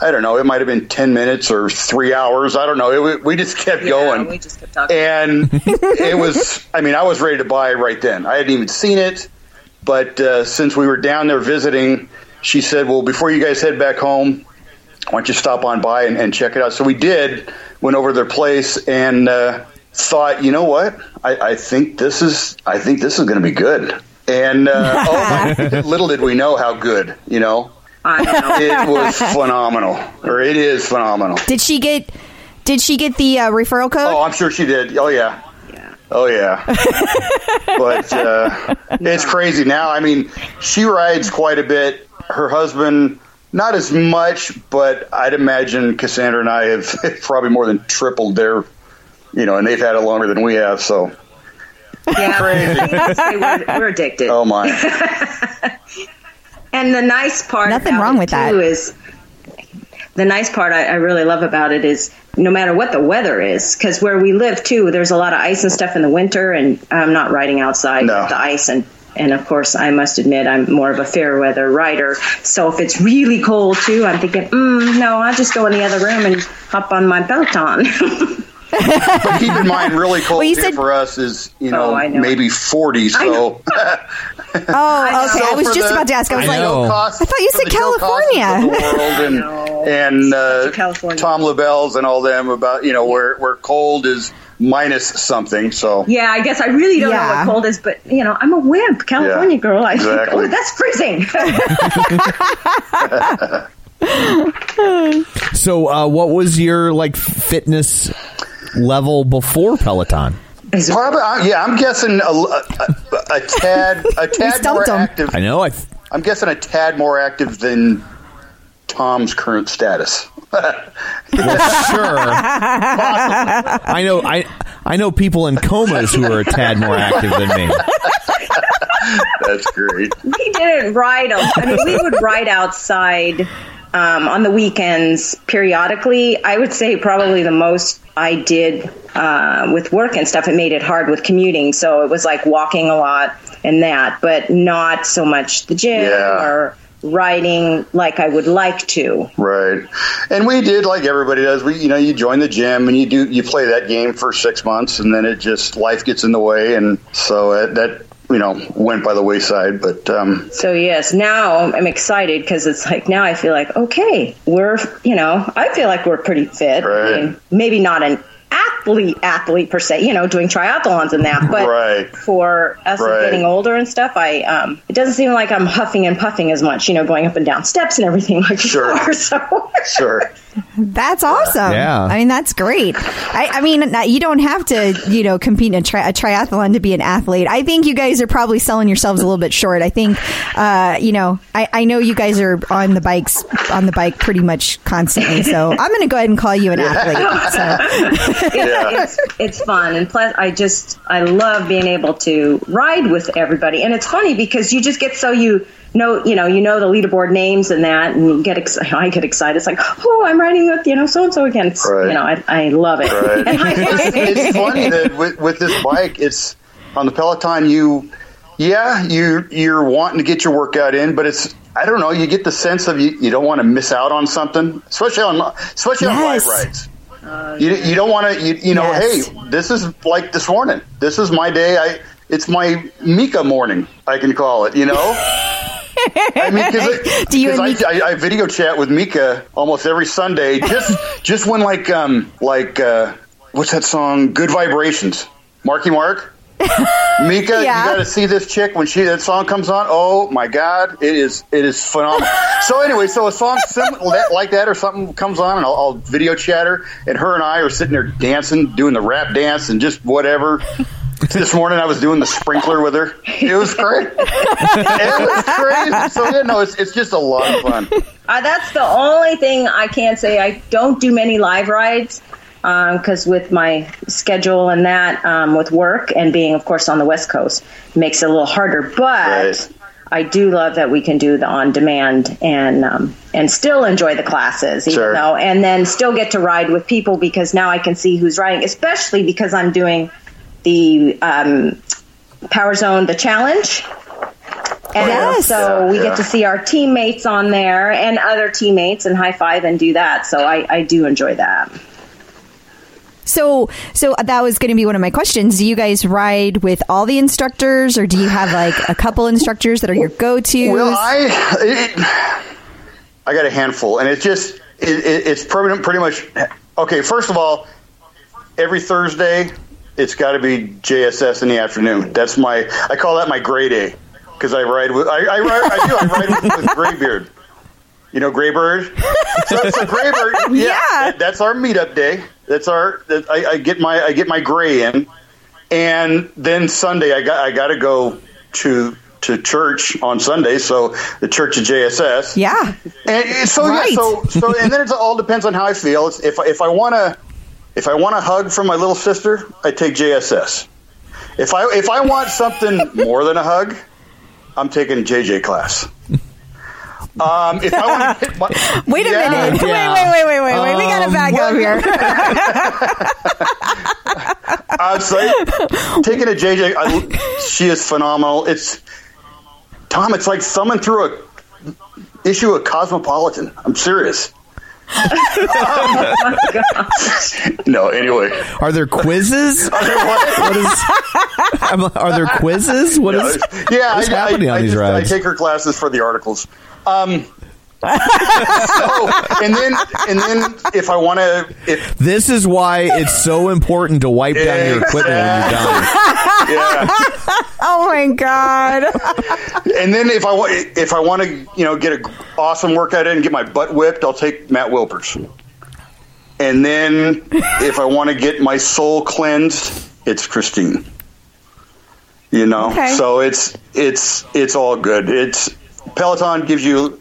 Speaker 6: I don't know, it might have been ten minutes or three hours. I don't know. It, we just kept
Speaker 7: Yeah,
Speaker 6: going,
Speaker 7: we just kept talking.
Speaker 6: and it was. I mean, I was ready to buy right then. I hadn't even seen it, but uh, since we were down there visiting, she said, "Well, before you guys head back home." why don't you stop on by and, and check it out? So we did, went over to their place and uh, thought, you know what? I, I think this is I think this is going to be good. And uh, oh, my- little did we know how good, you know,
Speaker 7: I don't know.
Speaker 6: it was phenomenal, or it is phenomenal.
Speaker 2: Did she get? Did she get the uh, referral code?
Speaker 6: Oh, I'm sure she did. Oh yeah.
Speaker 7: Yeah.
Speaker 6: Oh yeah. but uh, it's crazy now. I mean, she rides quite a bit. Her husband, not as much, but I'd imagine Cassandra and I have probably more than tripled their, you know, and they've had it longer than we have. So,
Speaker 7: Yeah, we're, we're addicted.
Speaker 6: oh my,
Speaker 7: And the nice part,
Speaker 2: Nothing
Speaker 7: about
Speaker 2: wrong
Speaker 7: it,
Speaker 2: with that.
Speaker 7: too, is the nice part I, I really love about it is no matter what the weather is, because where we live too, there's a lot of ice and stuff in the winter, and I'm not riding outside
Speaker 6: No.
Speaker 7: with the ice and. And of course, I must admit, I'm more of a fair weather rider. So if it's really cold too, I'm thinking, mm, no, I'll just go in the other room and hop on my Peloton.
Speaker 6: but keep in mind, really cold
Speaker 2: you
Speaker 6: here
Speaker 2: said-
Speaker 6: for us is you know,
Speaker 7: Oh, I know.
Speaker 6: maybe forty.
Speaker 2: Oh,
Speaker 6: So,
Speaker 2: okay. I was
Speaker 6: for
Speaker 2: just
Speaker 6: the-
Speaker 2: about to ask. I was
Speaker 3: I
Speaker 2: like,
Speaker 3: know.
Speaker 2: I thought you said California.
Speaker 6: California. and and uh,
Speaker 7: California.
Speaker 6: Tom LaBelle's and all them about you know where where cold is minus something. So
Speaker 7: yeah, I guess I really don't know
Speaker 2: Yeah.
Speaker 7: what cold is, but you know, I'm a wimp, California
Speaker 6: Yeah,
Speaker 7: girl. I think,
Speaker 6: exactly.
Speaker 7: oh, that's freezing.
Speaker 3: So, uh, what was your like fitness level before Peloton?
Speaker 6: probably I, yeah, I'm guessing a, a, a tad a tad more
Speaker 2: stumped 'em.
Speaker 6: active.
Speaker 3: I know. I th-
Speaker 6: I'm guessing a tad more active than Tom's current status.
Speaker 3: sure. I know. I I know people in comas who are a tad more active than me.
Speaker 6: That's great.
Speaker 7: we didn't ride them. I mean, we would ride outside um, on the weekends periodically. I would say probably the most I did uh, with work and stuff. It made it hard with commuting, so it was like walking a lot and that, but not so much the gym
Speaker 6: Yeah.
Speaker 7: or riding like I would like to.
Speaker 6: Right. And we did like everybody does. We you know, you join the gym and you do you play that game for 6 months and then it just life gets in the way and so it, that you know, went by the wayside, but um
Speaker 7: So yes, now I'm excited because it's like now I feel like okay, we're you know I feel like we're pretty fit.
Speaker 6: Right.
Speaker 7: I mean, maybe not an athlete athlete per se, you know, doing triathlons and that, but
Speaker 6: Right.
Speaker 7: for us
Speaker 6: Right.
Speaker 7: getting older and stuff, I um, it doesn't seem like I'm huffing and puffing as much, you know, going up and down steps and everything like
Speaker 6: Sure.
Speaker 7: before. So
Speaker 6: sure.
Speaker 2: That's awesome.
Speaker 3: Yeah.
Speaker 2: I mean, that's great. I, I mean, not- you don't have to, you know, compete in a, tri- a triathlon to be an athlete. I think you guys are probably selling yourselves a little bit short. I think, uh, you know, I, I know you guys are on the bikes, on the bike pretty much constantly. So I'm going to go ahead and call you an athlete. So,
Speaker 7: it's, it's fun and plus i just i love being able to ride with everybody and it's funny because you just get so you know you know you know the leaderboard names and that and you get ex- i get excited it's like oh i'm riding with you know so and so again It's,
Speaker 6: Right.
Speaker 7: you know i, I love it
Speaker 6: Right.
Speaker 7: and I,
Speaker 6: it's funny that with, with this bike, it's on the Peloton. You, yeah, you you're wanting to get your workout in, but it's I don't know. You get the sense of you, you don't want to miss out on something, especially on especially
Speaker 2: Yes.
Speaker 6: on live rides. You, you don't want to you, you know
Speaker 2: Yes.
Speaker 6: hey this is like this morning this is my day I it's my Mika morning I can call it you know. I mean, because
Speaker 2: Do you and
Speaker 6: I,
Speaker 2: Mika-
Speaker 6: I, I video chat with Mika almost every Sunday. Just just when like um like uh, what's that song? Good Vibrations. Marky Mark. Mika,
Speaker 2: Yeah.
Speaker 6: you got to see this chick when she that song comes on. Oh my God, it is it is phenomenal. so anyway, so a song sim- that, like that or something comes on, and I'll, I'll video chat her, and her and I are sitting there dancing, doing the rap dance, and just whatever. this morning I was doing the sprinkler with her. It was great. it was crazy. So yeah, no, it's it's just a lot of fun.
Speaker 7: I, Uh, that's the only thing i can say i don't do many live rides because with my schedule and that um, with work and being of course on the west coast makes it a little harder but
Speaker 6: Right.
Speaker 7: I do love that we can do the on demand and um, and still enjoy the classes, even
Speaker 6: Sure.
Speaker 7: though, and then still get to ride with people because now I can see who's riding, especially because I'm doing the um, Power Zone The Challenge. And
Speaker 2: Oh, Yes.
Speaker 7: so we
Speaker 6: Yeah.
Speaker 7: get to see our teammates on there and other teammates and high five and do that. So I, I do enjoy that.
Speaker 2: So, so that was going to be one of my questions. Do you guys ride with all the instructors, or do you have like a couple instructors that are your go-tos?
Speaker 6: Well, I it, I got a handful, and it's just it, it, it's pretty, pretty much okay. First of all, every Thursday, it's got to be JSS in the afternoon. That's my I call that my gray day because I ride with I, I, ride, I do I ride with, with Graybeard. You know Graybird. So, so Graybird, yeah, that- that's our meetup day. That's our that, I, I get my I get my gray in, and then Sunday I got I got to go to to church on Sunday. So the church of JSS.
Speaker 2: yeah,
Speaker 6: And and so
Speaker 2: Right.
Speaker 6: yeah, so so and then it all depends on how I feel. It's, if if I want to if I want a hug from my little sister, I take JSS. If I if I want something more than a hug, I'm taking JJ class. Um, if I want to my,
Speaker 2: wait a
Speaker 6: Yeah. Um,
Speaker 2: minute, wait, wait, wait, wait, wait, wait. we got to back up here.
Speaker 6: I'd say taking a JJ. I, she is phenomenal. It's Tom. It's like thumbing through a issue of Cosmopolitan. I'm serious. no, anyway.
Speaker 3: Are there quizzes? what is? I'm- Are there quizzes? What is?
Speaker 6: yeah,
Speaker 3: What's
Speaker 6: I, I-
Speaker 3: happening on
Speaker 6: I
Speaker 3: these
Speaker 6: just-
Speaker 3: rides?
Speaker 6: I take her classes for the articles. Um, so, and then and then if I want to, if
Speaker 3: This is why it's so important to wipe down your equipment when you're done.
Speaker 6: yeah.
Speaker 2: Oh my god!
Speaker 6: and then if I wa- if I want to, you know, get an awesome workout in and get my butt whipped, I'll take Matt Wilpers. And then if I want to get my soul cleansed, it's Christine. You know,
Speaker 2: Okay.
Speaker 6: so it's it's it's all good. It's Peloton gives you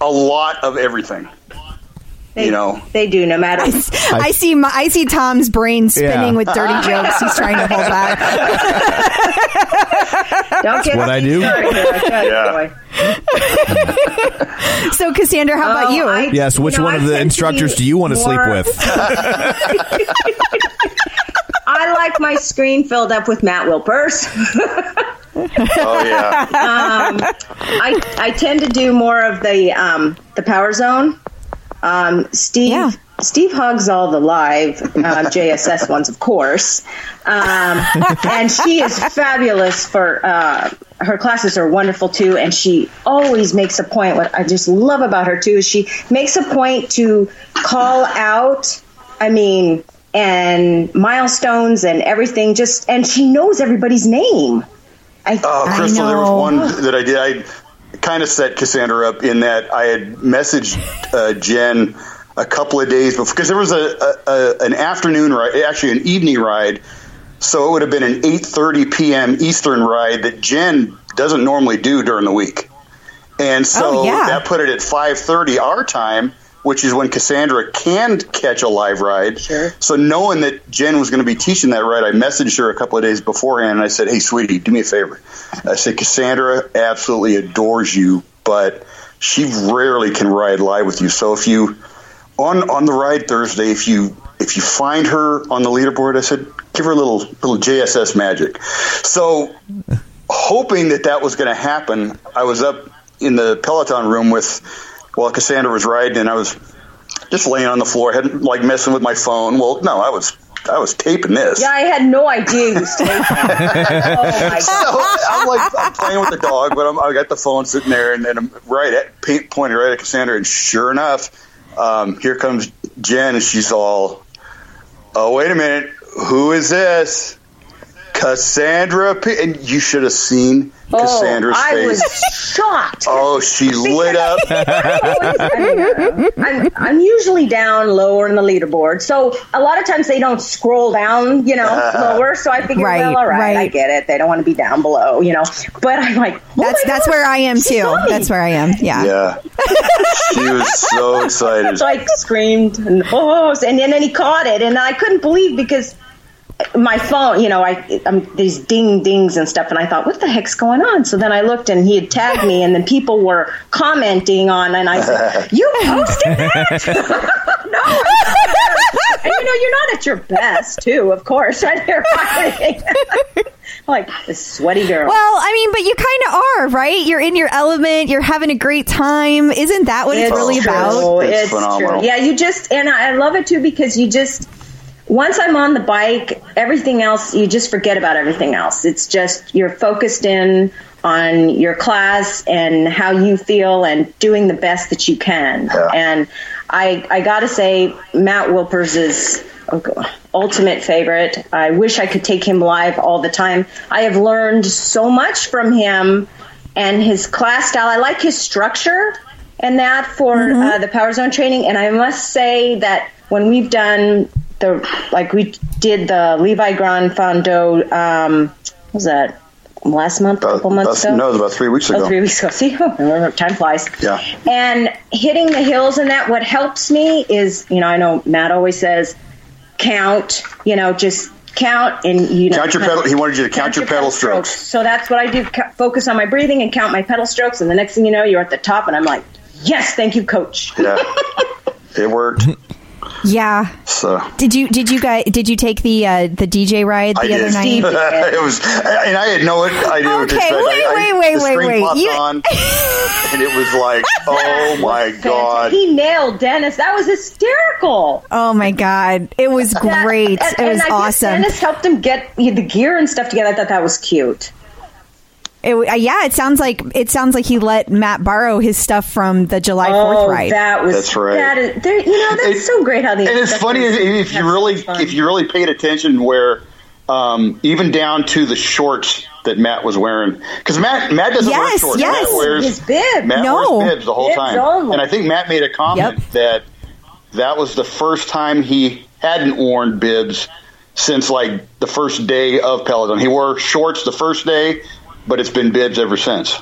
Speaker 6: a lot of everything.
Speaker 7: They,
Speaker 6: You know.
Speaker 7: They do, no matter.
Speaker 2: I see, my, I see Tom's brain spinning
Speaker 3: Yeah.
Speaker 2: with dirty jokes. He's trying to hold back.
Speaker 7: Don't get
Speaker 3: what I
Speaker 7: me
Speaker 3: do.
Speaker 7: started here, I tell you,
Speaker 6: Yeah.
Speaker 7: boy.
Speaker 2: So, Cassandra, how about
Speaker 7: Oh,
Speaker 2: you?
Speaker 7: I-
Speaker 3: Yes, which
Speaker 7: you know,
Speaker 3: one
Speaker 7: I
Speaker 3: of the
Speaker 7: tend to
Speaker 3: instructors
Speaker 7: be
Speaker 3: do you want to sleep
Speaker 7: more-
Speaker 3: with?
Speaker 7: I like my screen filled up with Matt Wilpers.
Speaker 6: Oh yeah,
Speaker 7: I, I tend to do more of the um, the Power Zone. Um, Steve
Speaker 2: Yeah.
Speaker 7: Steve hugs all the live um, JSS ones, of course, um, and she is fabulous for. Uh, her classes are wonderful too, and she always makes a point. What I just love about her too is she makes a point to call out. I mean, and milestones and everything. Just and she knows everybody's name. I,
Speaker 6: oh, Crystal, there was
Speaker 2: know.
Speaker 6: one that I did. I kind of set Cassandra up in that I had messaged uh, Jen a couple of days before because there was a, a, a an afternoon ride, actually an evening ride. So it would have been an 8:30 p.m. Eastern ride that Jen doesn't normally do during the week, and so
Speaker 2: Oh, yeah.
Speaker 6: that put it at 5:30 our time, which is when Cassandra can catch a live ride.
Speaker 7: Sure.
Speaker 6: So knowing that Jen was going to be teaching that ride, I messaged her a couple of days beforehand, and I said, "Hey, sweetie, do me a favor." I said, "Cassandra absolutely adores you, but she rarely can ride live with you. So if you on on the ride Thursday, if you if you find her on the leaderboard, I said give her a little little JSS magic. So hoping that that was going to happen, I was up in the Peloton room with while Cassandra was riding, and I was just laying on the floor, hadn't like messing with my phone. Well, no, I was I was taping this.
Speaker 7: Yeah, I had no idea you stayed there. oh my
Speaker 6: So
Speaker 7: god!
Speaker 6: I'm like I'm playing with the dog, but I'm, I got the phone sitting there, and then I'm right at pa- pointed right at Cassandra, and sure enough, um, here comes Jen, and she's all, "Oh wait a minute, who is this?" Cassandra, P-. and you should have seen Cassandra's
Speaker 7: oh, I
Speaker 6: face.
Speaker 7: was shocked.
Speaker 6: Oh, she lit up.
Speaker 7: I'm, I'm usually down lower in the leaderboard, so a lot of times they don't scroll down, you know, lower. So I figure,
Speaker 2: Right,
Speaker 7: well, all right, I
Speaker 2: right.
Speaker 7: get it. They don't want to be down below, you know. But I'm like, oh
Speaker 2: That's
Speaker 7: my
Speaker 2: that's
Speaker 7: God,
Speaker 2: where I am
Speaker 7: she
Speaker 2: too.
Speaker 7: saw me.
Speaker 2: That's where I am. Yeah.
Speaker 6: Yeah. she was so excited.
Speaker 7: like screamed and oh, and then, and he caught it, and I couldn't believe because my phone, you know, I I'm, these ding dings and stuff, and I thought, what the heck's going on? So then I looked, and he had tagged me, and then people were commenting on, and I said, you posted that? no, I didn't. and you know, you're not at your best, too, of course. I didn't- like this sweaty girl.
Speaker 2: Well, I mean, but you kind of are, right? You're in your element. You're having a great time. Isn't that what it's, really
Speaker 7: true.
Speaker 2: about?
Speaker 6: It's
Speaker 7: It's,
Speaker 6: phenomenal.
Speaker 7: true. Yeah, you just and I I love it too because you just once I'm on the bike, everything else you just forget about everything else. It's just you're focused in on your class and how you feel and doing the best that you can.
Speaker 6: Yeah.
Speaker 7: And I I got to say Matt Wilpers is ultimate favorite. I wish I could take him live all the time. I have learned so much from him and his class style. I like his structure and that for uh, the power zone training. And I must say that when we've done the like we did the Levi Grand Fondo, um, what was that last month, a
Speaker 6: About-
Speaker 7: couple months
Speaker 6: about-
Speaker 7: ago?
Speaker 6: no, it was about three weeks
Speaker 7: Oh,
Speaker 6: ago.
Speaker 7: three weeks ago. See, remember, time flies.
Speaker 6: Yeah.
Speaker 7: And hitting the hills and that, what helps me is, you know, I know Matt always says, count, you know, just count and, you know.
Speaker 6: Count your pedal- he wanted you to count your pedal strokes.
Speaker 7: So that's what I do. Ca- Focus on my breathing and count my pedal strokes. And the next thing you know, you're at the top and I'm like, yes, thank you, coach.
Speaker 6: Yeah, it worked.
Speaker 2: Yeah.
Speaker 6: So
Speaker 2: Did you did you guys did you take the uh, the DJ ride the
Speaker 6: I
Speaker 2: other
Speaker 6: did.
Speaker 2: night?
Speaker 6: it was, and I didn't know it. I knew what to
Speaker 2: Okay,
Speaker 6: expect.
Speaker 2: wait,
Speaker 6: I- I-
Speaker 2: wait, wait,
Speaker 6: the
Speaker 2: wait,
Speaker 6: screen
Speaker 2: wait.
Speaker 6: popped
Speaker 2: You-
Speaker 6: on, and it was like, oh my god.
Speaker 7: He nailed Dennis. That was hysterical.
Speaker 2: Oh my god, it was
Speaker 7: That-
Speaker 2: great.
Speaker 7: and-
Speaker 2: it
Speaker 7: and
Speaker 2: was
Speaker 7: I guess
Speaker 2: awesome.
Speaker 7: Dennis helped him get the gear and stuff together. I thought that was cute.
Speaker 2: It, uh, yeah, it sounds like it sounds like he let Matt borrow his stuff from the July Fourth
Speaker 7: Oh,
Speaker 2: ride.
Speaker 7: that was
Speaker 6: That's right.
Speaker 7: That is, there, you
Speaker 2: Oh,
Speaker 7: know, that's
Speaker 6: It-
Speaker 7: so great how they.
Speaker 6: and it's funny if, if you really if you really paid attention where um, even down to the shorts that Matt was wearing because Matt Matt doesn't wear
Speaker 2: Yes,
Speaker 6: shorts.
Speaker 2: yes.
Speaker 6: Matt wears
Speaker 7: His bib.
Speaker 6: Matt
Speaker 2: No.
Speaker 6: wears bibs the whole
Speaker 7: Bibs
Speaker 6: time,
Speaker 7: only.
Speaker 6: and I think Matt made a comment
Speaker 2: Yep.
Speaker 6: that that was the first time he hadn't worn bibs since like the first day of Peloton. He wore shorts the first day, but it's been bibs ever since.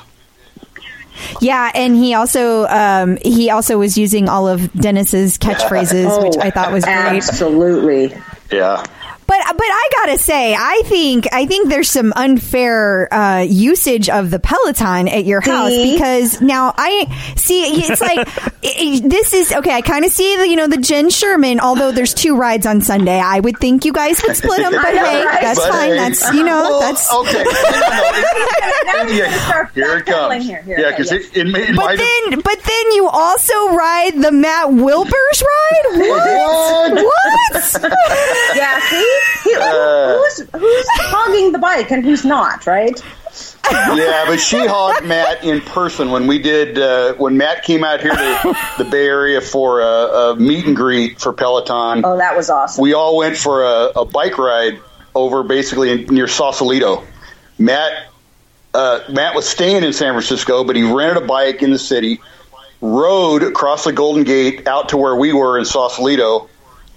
Speaker 2: Yeah, and he also um, he also was using all of Dennis's catchphrases,
Speaker 7: Oh,
Speaker 2: which I thought was great.
Speaker 7: absolutely.
Speaker 6: Yeah.
Speaker 2: But but I gotta say, I think I think there's some unfair uh, usage of the Peloton at your house
Speaker 7: See?
Speaker 2: because now I see it's like i- i- this is okay. I kind of see the you know the Jen Sherman, although there's two rides on Sunday. I would think you guys would split them, but
Speaker 7: know,
Speaker 2: hey,
Speaker 7: right? Oh,
Speaker 2: that's
Speaker 6: But,
Speaker 2: fine.
Speaker 6: hey,
Speaker 2: That's you know
Speaker 6: well,
Speaker 2: that's
Speaker 6: okay.
Speaker 7: Now we're gonna
Speaker 6: yeah,
Speaker 7: start
Speaker 6: here
Speaker 7: backpedaling
Speaker 6: it comes.
Speaker 7: here. Here,
Speaker 6: yeah,
Speaker 7: okay,
Speaker 6: because
Speaker 7: yes.
Speaker 6: it, it, may- it
Speaker 2: But
Speaker 6: might have.
Speaker 2: then, but then you also ride the Matt Wilbur's ride. What? what?
Speaker 7: Yeah, see, He- who's who's hogging the bike and who's not, right?
Speaker 6: yeah, but she hogged Matt in person when we did uh, when Matt came out here to the Bay Area for a, a meet and greet for Peloton.
Speaker 7: Oh, that was awesome.
Speaker 6: we all went for a, a bike ride over basically near Sausalito. Matt uh, Matt was staying in San Francisco, but he rented a bike in the city, rode across the Golden Gate out to where we were in Sausalito,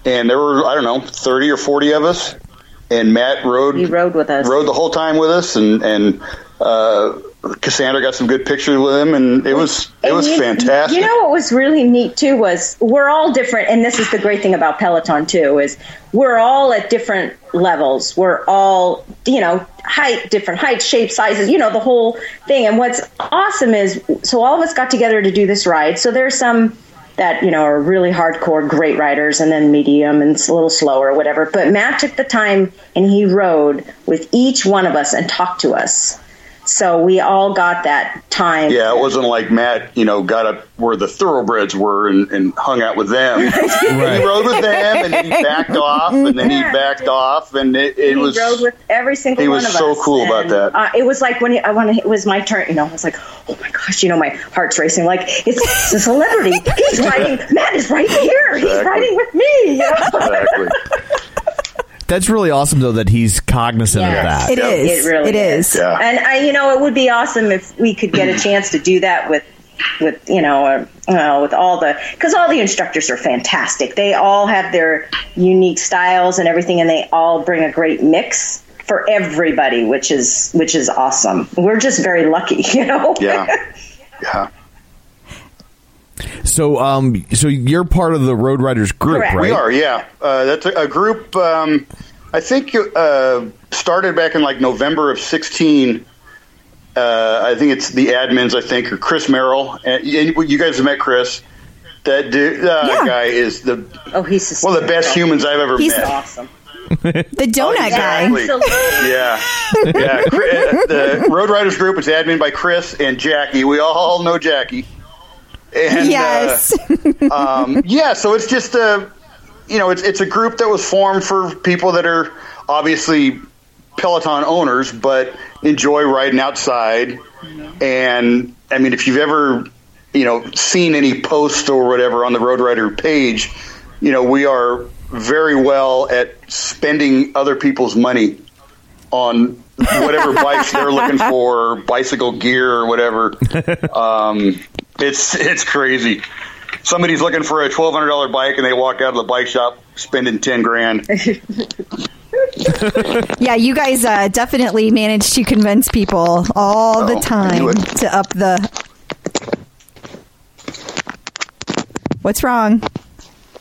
Speaker 6: and there were I don't know thirty or forty of us, and Matt rode
Speaker 7: He rode with us.
Speaker 6: rode the whole time with us, and and uh, Cassandra got some good pictures with him, and it was it
Speaker 7: And
Speaker 6: was
Speaker 7: you-
Speaker 6: fantastic.
Speaker 7: You know what was really neat too was we're all different, and this is the great thing about Peloton too is we're all at different levels. We're all you know height, different height, shape, sizes, you know the whole thing. And what's awesome is so all of us got together to do this ride. So there's some that you know are really hardcore great riders and then medium and it's a little slower or whatever but matt took the time and he rode with each one of us and talked to us so we all got that time
Speaker 6: Yeah, it wasn't like Matt, you know, got up where the thoroughbreds were and, and hung out with them. He rode with them, and then he backed off, and then he backed off, and it, it
Speaker 7: he
Speaker 6: was
Speaker 7: rode with every single
Speaker 6: he
Speaker 7: one
Speaker 6: was
Speaker 7: of
Speaker 6: so
Speaker 7: us.
Speaker 6: cool about
Speaker 7: And,
Speaker 6: that.
Speaker 7: Uh, it was like when he, I when it was my turn, you know, I was like, oh my gosh, you know, my heart's racing. Like it's a celebrity. He's riding. Matt is right here. He's
Speaker 6: Exactly.
Speaker 7: riding with me. you know?
Speaker 6: exactly.
Speaker 3: That's really awesome, though, that he's cognizant
Speaker 7: Yes.
Speaker 3: of
Speaker 2: It
Speaker 3: that.
Speaker 2: is.
Speaker 7: It really
Speaker 2: It is.
Speaker 6: Yeah.
Speaker 7: And I, you know, it would be awesome if we could get a chance to do that with, with you know, uh, uh, with all the because all the instructors are fantastic. They all have their unique styles and everything, and they all bring a great mix for everybody, which is which is awesome. We're just very lucky, you know.
Speaker 6: Yeah, yeah.
Speaker 3: So, um, so you're part of the Road Riders group,
Speaker 7: Correct.
Speaker 3: right?
Speaker 6: We are, yeah. Uh, that's a, a group. Um, I think uh, started back in like November of sixteen. Uh, I think it's the admins. I think or Chris Merrill. And, and you guys have met Chris. That dude, uh,
Speaker 2: Yeah.
Speaker 6: guy is the
Speaker 7: Oh, he's just
Speaker 6: one of the best humans I've ever
Speaker 2: He's-
Speaker 6: met.
Speaker 7: Awesome.
Speaker 2: The donut guy.
Speaker 6: Oh, Exactly. yeah, yeah. Chri- uh, The Road Riders group is admin by Chris and Jackie. We all know Jackie. And, uh,
Speaker 2: Yes.
Speaker 6: um, yeah, so it's just a, you know, it's it's a group that was formed for people that are obviously Peloton owners, but enjoy riding outside. And I mean, if you've ever, you know, seen any post or whatever on the Road Rider page, you know, we are very well at spending other people's money on whatever bikes they're looking for, bicycle gear or whatever. Um, it's it's crazy. Somebody's looking for a twelve hundred dollar bike, and they walk out of the bike shop spending ten grand.
Speaker 2: yeah, you guys uh, definitely manage to convince people all the
Speaker 6: Oh, I
Speaker 2: time
Speaker 6: knew it.
Speaker 2: to up the. What's wrong?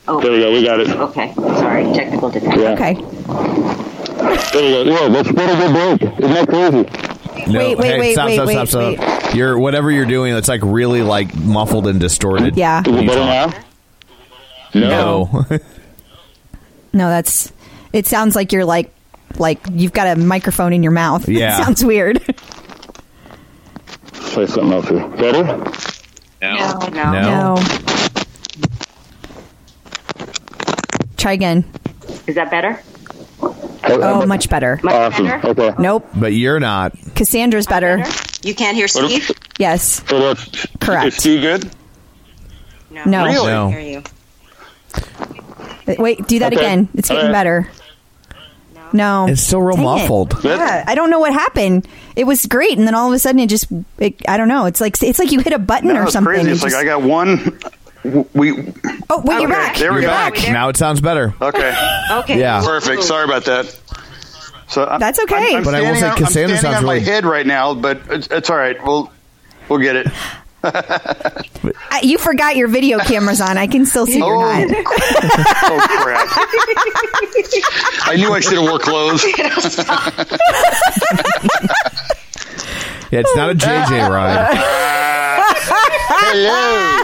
Speaker 8: There we go. We got it.
Speaker 9: Okay, sorry, technical difficulty.
Speaker 8: Yeah.
Speaker 2: Okay.
Speaker 8: There we go. Whoa, that's what a good break. Isn't that crazy?
Speaker 3: No,
Speaker 2: Wait, wait,
Speaker 3: hey,
Speaker 2: wait,
Speaker 3: stop,
Speaker 2: wait,
Speaker 3: stop,
Speaker 2: wait,
Speaker 3: stop, stop. You're whatever you're doing. It's like really like muffled and distorted.
Speaker 2: Yeah.
Speaker 8: Is it better now?
Speaker 3: No.
Speaker 2: No, that's. It sounds like you're like, like you've got a microphone in your mouth.
Speaker 3: Yeah.
Speaker 2: it sounds weird.
Speaker 8: Let's try something else here. Better?
Speaker 9: No, no.
Speaker 3: No.
Speaker 2: Try again.
Speaker 9: Is that better?
Speaker 2: Oh, much better.
Speaker 9: Much
Speaker 8: Awesome.
Speaker 9: better?
Speaker 8: Okay.
Speaker 2: Nope.
Speaker 3: But you're not.
Speaker 2: Cassandra's better.
Speaker 9: You can't hear
Speaker 8: What if-
Speaker 9: Steve?
Speaker 2: Yes.
Speaker 8: So that's,
Speaker 2: Correct.
Speaker 8: Is Steve good?
Speaker 9: No.
Speaker 2: No.
Speaker 9: I
Speaker 2: Really?
Speaker 3: No.
Speaker 9: can't hear you.
Speaker 2: Wait, do that
Speaker 8: Okay.
Speaker 2: again. It's getting
Speaker 8: All right.
Speaker 2: better. No.
Speaker 3: It's still real
Speaker 2: Dang it.
Speaker 3: muffled.
Speaker 8: Good?
Speaker 2: Yeah, I don't know what happened. It was great, and then all of a sudden, it just it, I don't know. It's like it's like you hit a button
Speaker 6: No,
Speaker 2: or
Speaker 6: it's
Speaker 2: something.
Speaker 6: crazy.
Speaker 2: It
Speaker 6: It's like
Speaker 2: just-
Speaker 6: I got one. w- We
Speaker 2: oh, wait, you're
Speaker 9: Okay,
Speaker 2: back.
Speaker 6: there we
Speaker 3: You're
Speaker 6: go.
Speaker 3: back.
Speaker 9: there?
Speaker 3: Now it sounds better.
Speaker 6: Okay,
Speaker 9: Okay.
Speaker 3: Yeah.
Speaker 6: perfect. Sorry about that. So I'm,
Speaker 2: That's okay.
Speaker 6: I'm, I'm
Speaker 3: But I will
Speaker 6: standing
Speaker 3: say
Speaker 6: on- I'm
Speaker 3: Cassandra
Speaker 6: standing
Speaker 3: sounds
Speaker 6: on
Speaker 3: really-
Speaker 6: my head right now, but it's, it's all right. We'll we'll get it.
Speaker 2: I- you forgot your video cameras on. I can still see your
Speaker 6: Oh.
Speaker 2: nod.
Speaker 6: Oh crap! I knew I should have wore clothes.
Speaker 3: Yeah, it's not a JJ ride.
Speaker 6: Hello.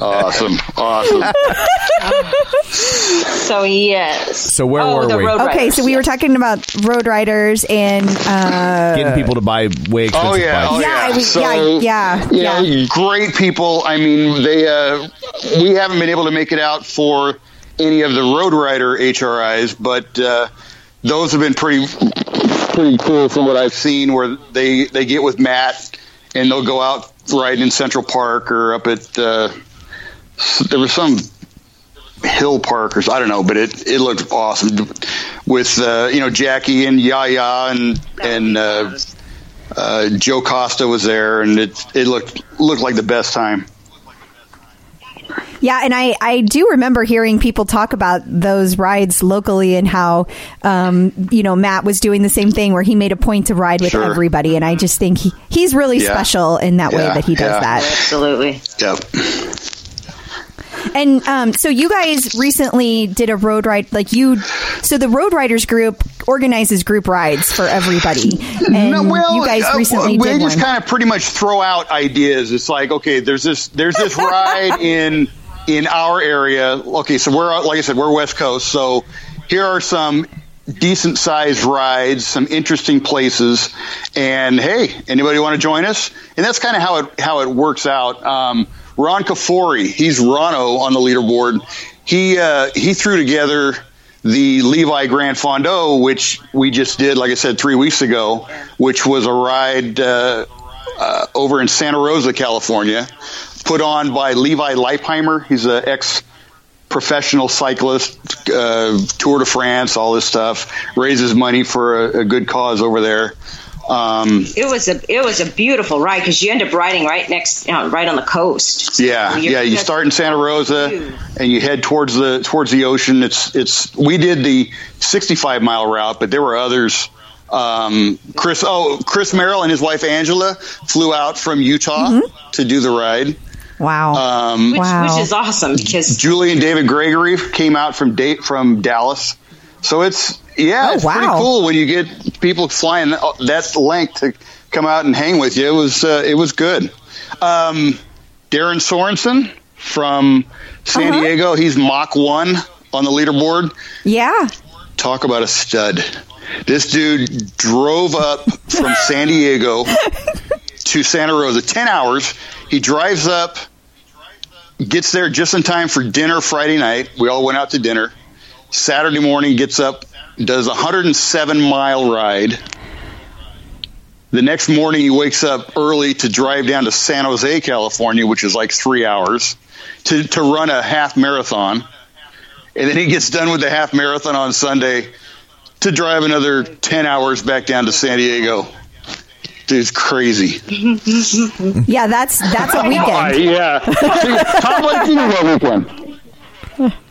Speaker 6: awesome, awesome.
Speaker 9: So yes.
Speaker 3: So where
Speaker 9: oh,
Speaker 3: were
Speaker 9: the
Speaker 3: we?
Speaker 9: Road
Speaker 2: Okay,
Speaker 9: Riders.
Speaker 2: so we were talking about Road Riders and uh,
Speaker 3: Getting people to buy way expensive
Speaker 6: Oh yeah, oh,
Speaker 3: bikes.
Speaker 2: Yeah,
Speaker 6: yeah.
Speaker 2: I mean, yeah, yeah,
Speaker 6: you
Speaker 2: yeah.
Speaker 6: know, great people. I mean, they uh, we haven't been able to make it out for any of the Road Rider HRIs, but uh, those have been pretty pretty cool from what I've seen. Where they they get with Matt and they'll go out riding in Central Park or up at uh, s- there was some hill park or s- I don't know, but it it looked awesome with uh, you know Jackie and Yaya and and. Uh, uh, Joe Costa was there, and it it looked looked like the best time.
Speaker 2: Yeah, and I, I do remember hearing people talk about those rides locally and how, um, you know, Matt was doing the same thing where he made a point to ride with
Speaker 6: Sure.
Speaker 2: everybody. And I just think he, he's really
Speaker 6: Yeah.
Speaker 2: special in that way
Speaker 6: Yeah,
Speaker 2: that he does
Speaker 6: yeah.
Speaker 2: that.
Speaker 9: Absolutely.
Speaker 6: Yeah,
Speaker 2: And um, so you guys recently did a road ride, like you, so the Road Riders group organizes group rides for everybody. And you guys
Speaker 6: uh,
Speaker 2: recently
Speaker 6: we
Speaker 2: did
Speaker 6: just
Speaker 2: one.
Speaker 6: kind of pretty much throw out ideas. It's like, okay, there's this there's this ride in in our area. Okay, so we're like I said, we're West Coast, so here are some decent sized rides, some interesting places, and hey, anybody want to join us? And that's kind of how it how it works out. Um, Ron Kafori, he's Rono on the leaderboard. He uh, he threw together the Levi Grand Fondo, which we just did, like I said, three weeks ago, which was a ride uh, uh, over in Santa Rosa, California, put on by Levi Leipheimer. He's an ex professional cyclist, uh, Tour de France, all this stuff, raises money for a, a good cause over there. Um,
Speaker 9: It was a it was a beautiful ride because you end up riding right next you know, right on the coast. So
Speaker 6: Yeah,
Speaker 9: you're
Speaker 6: yeah. You
Speaker 9: just-
Speaker 6: start in Santa Rosa
Speaker 9: Huge.
Speaker 6: and you head towards the towards the ocean. It's it's. We did the 65 mile route, but there were others. Um, Chris, oh, Chris Merrill and his wife Angela flew out from Utah to do the ride.
Speaker 2: wow.
Speaker 6: Um,
Speaker 9: which,
Speaker 2: Wow.
Speaker 9: which is awesome because
Speaker 6: Julie and David Gregory came out from date from Dallas. So it's yeah,
Speaker 2: Oh,
Speaker 6: it's pretty
Speaker 2: wow.
Speaker 6: cool when you get people flying uh, that length to come out and hang with you. It was uh, it was good.
Speaker 2: Uh-huh.
Speaker 6: Um, Darren Sorensen from San Diego, he's Mach One on the leaderboard.
Speaker 2: Yeah.
Speaker 6: Talk about a stud. This dude drove up from San Diego to Santa Rosa, 10 hours. He drives up, gets there just in time for dinner Friday night. We all went out to dinner. Saturday morning, gets up, does a 107 mile ride. The next morning, he wakes up early to drive down to San Jose, California, which is like three hours, to, to run a half marathon. And then he gets done with the half marathon on Sunday to drive another 10 hours back down to San Diego. Dude's crazy.
Speaker 2: Yeah, that's that's a
Speaker 8: Uh,
Speaker 2: weekend.
Speaker 8: yeah. Tom, what do you do about weekend?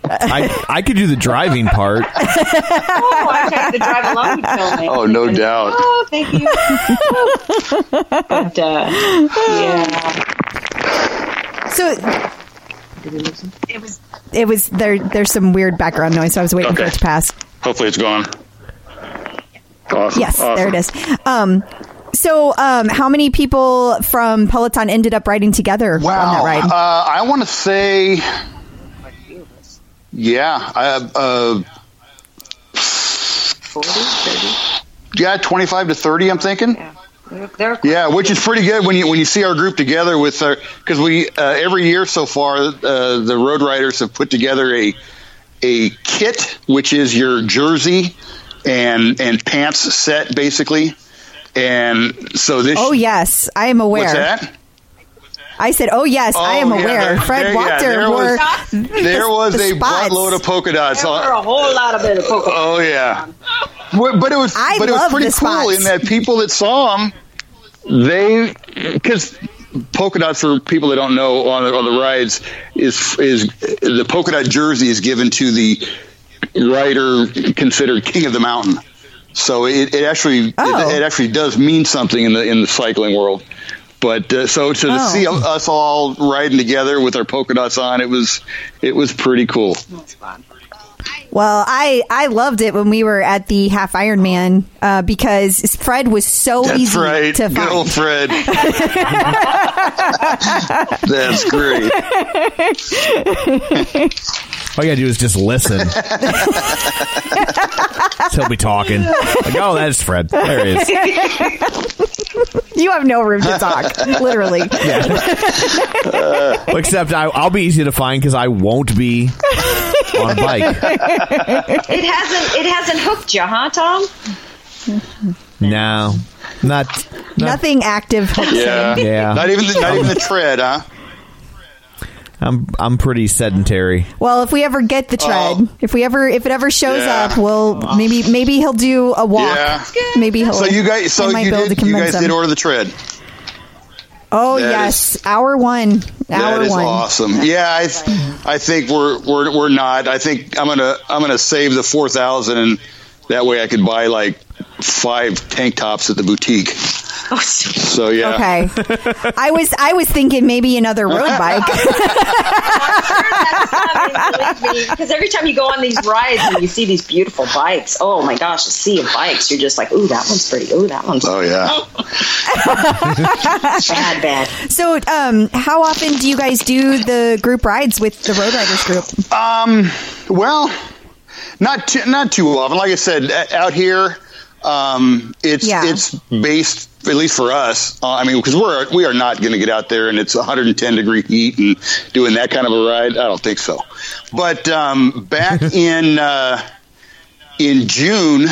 Speaker 3: I, I could do the driving part.
Speaker 9: Oh, I tried to drive alone to film it.
Speaker 6: Oh, no doubt.
Speaker 9: Oh, thank you. but, uh, yeah.
Speaker 2: So it was there. There's some weird background noise, so I was waiting for
Speaker 6: Okay.
Speaker 2: it to pass.
Speaker 6: Hopefully, it's gone.
Speaker 8: Awesome.
Speaker 2: Yes,
Speaker 8: awesome.
Speaker 2: there it is. Um, so um, how many people from Peloton ended up riding together on that ride?
Speaker 6: Uh, I want to say, yeah, I, uh,
Speaker 9: 40, 30.
Speaker 6: yeah, twenty-five to thirty. I'm thinking. Yeah.
Speaker 9: They're, they're
Speaker 6: which is pretty good when you when you see our group together with our because we uh, every year so far uh, the Road Riders have put together a a kit which is your jersey and and pants set basically, and so this
Speaker 2: oh yes, I am aware.
Speaker 6: what's that?
Speaker 2: I said, "Oh yes, I am
Speaker 6: Oh, yeah,
Speaker 2: aware."
Speaker 6: there-
Speaker 2: Fred
Speaker 6: there- yeah,
Speaker 2: Walker
Speaker 6: there
Speaker 2: wore
Speaker 6: was- There was
Speaker 2: the
Speaker 6: a
Speaker 2: spots.
Speaker 6: buttload of polka dots.
Speaker 9: there
Speaker 6: on-
Speaker 9: were a whole lot of it.
Speaker 6: Oh yeah, Wh- but it was
Speaker 2: I
Speaker 6: but it
Speaker 2: love
Speaker 6: was pretty
Speaker 2: the
Speaker 6: cool
Speaker 2: spots.
Speaker 6: in that people that saw them, they because polka dots for people that don't know on the, on the rides is is the polka dot jersey is given to the rider considered king of the mountain. So it, it actually
Speaker 2: Oh.
Speaker 6: it, it actually does mean something in the in the cycling world. But uh, so so to
Speaker 2: Oh.
Speaker 6: see us all riding together with our polka dots on, it was it was pretty cool.
Speaker 2: Well, I I loved it when we were at the half Ironman uh, because Fred was so
Speaker 6: That's
Speaker 2: easy
Speaker 6: right.
Speaker 2: to
Speaker 6: Good old
Speaker 2: find.
Speaker 6: Fred. That's great.
Speaker 3: All you gotta do is just listen. so he'll be talking. Like, oh, that's Fred. There he is.
Speaker 2: You have no room to talk, literally.
Speaker 3: Except I, I'll be easy to find because I won't be on a bike.
Speaker 9: It hasn't, it hasn't hooked you, huh, Tom?
Speaker 3: No, not not.
Speaker 2: Nothing active.
Speaker 6: Yeah.
Speaker 3: Yeah.
Speaker 6: Not even the, not even the tread, huh?
Speaker 3: I'm I'm pretty sedentary.
Speaker 2: Well, if we ever get the tread,
Speaker 6: Oh.
Speaker 2: if we ever if it ever shows
Speaker 6: Yeah. Oh.
Speaker 2: up, we'll maybe maybe he'll do a walk.
Speaker 6: Yeah.
Speaker 2: Maybe he'll.
Speaker 6: So you guys, so
Speaker 2: I might
Speaker 6: you
Speaker 2: be able
Speaker 6: did,
Speaker 2: to
Speaker 6: you
Speaker 2: convince
Speaker 6: guys did
Speaker 2: him.
Speaker 6: order the tread.
Speaker 2: Oh
Speaker 6: That
Speaker 2: yes,
Speaker 6: is-
Speaker 2: hour one, hour
Speaker 6: that is
Speaker 2: one.
Speaker 6: awesome. Yeah, I, th- I think we're we're we're not. I think I'm gonna I'm gonna save the four thousand, and that way I could buy like five tank tops at the boutique. So yeah.
Speaker 2: Okay, I was I was thinking maybe another road bike.
Speaker 9: Because every time you go on these rides and you see these beautiful bikes, oh my gosh, a sea of bikes, you're just like, ooh, that one's pretty. Ooh, that one's
Speaker 6: Oh yeah.
Speaker 9: bad, bad.
Speaker 2: so, um, how often do you guys do the group rides with the Road Riders group?
Speaker 6: Um, well, not too, not too often. Like I said, a- out here, um, it's
Speaker 2: Yeah.
Speaker 6: it's based at least for us. Uh, I mean, because we're we are not going to get out there and it's 110 degree heat and doing that kind of a ride. I don't think so. But um, back in uh, in June,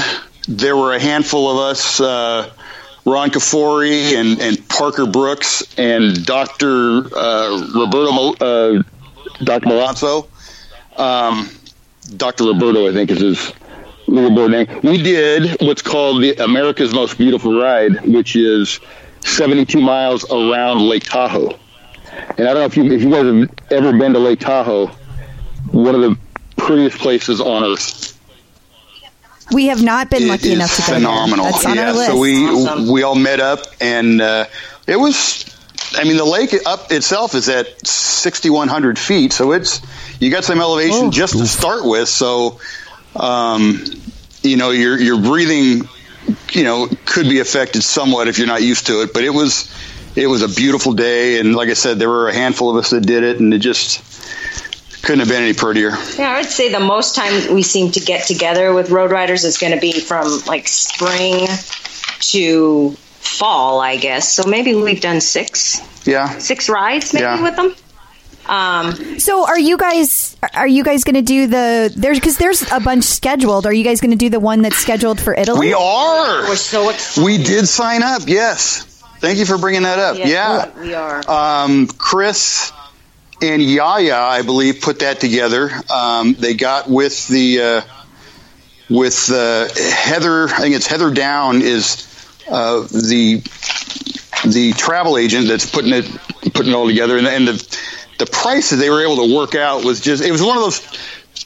Speaker 6: there were a handful of us. Uh, Ron Kafori and, and Parker Brooks and Dr. Uh, Roberto Mal- uh, Dr. Malazzo um, Dr. Roberto, I think is his little boy name. We did what's called the America's Most Beautiful Ride, which is 72 miles around Lake Tahoe. And I don't know if you if you guys have ever been to Lake Tahoe, one of the prettiest places on earth.
Speaker 2: We have not been lucky
Speaker 6: It is
Speaker 2: enough to go. there.
Speaker 6: phenomenal.
Speaker 2: That's on
Speaker 6: yeah,
Speaker 2: our list.
Speaker 6: so we
Speaker 9: Awesome.
Speaker 6: we all met up, and uh, it was. I mean, the lake up itself is at 6,100 feet, so it's you got some
Speaker 2: Oh.
Speaker 6: elevation just to start with. So, um, you know, your your breathing, you know, could be affected somewhat if you're not used to it. But it was it was a beautiful day, and like I said, there were a handful of us that did it, and it just Couldn't have been any prettier.
Speaker 9: Yeah, I would say the most times we seem to get together with Road Riders is going to be from like spring to fall, I guess. So maybe we've done six,
Speaker 6: Yeah.
Speaker 9: six rides maybe
Speaker 6: Yeah.
Speaker 9: with them. Um,
Speaker 2: So are you guys are you guys going to do the there's because there's a bunch scheduled. Are you guys going to do the one that's scheduled for Italy?
Speaker 6: We are.
Speaker 9: we're so excited.
Speaker 6: We did sign up. Yes. Thank you for bringing that up. yeah.
Speaker 9: we are.
Speaker 6: um, Chris and Yaya, I believe, put that together. Um, they got with the uh, with uh, Heather. I think it's Heather Down is uh, the the travel agent that's putting it putting it all together, and, and the the price that they were able to work out was just it was one of those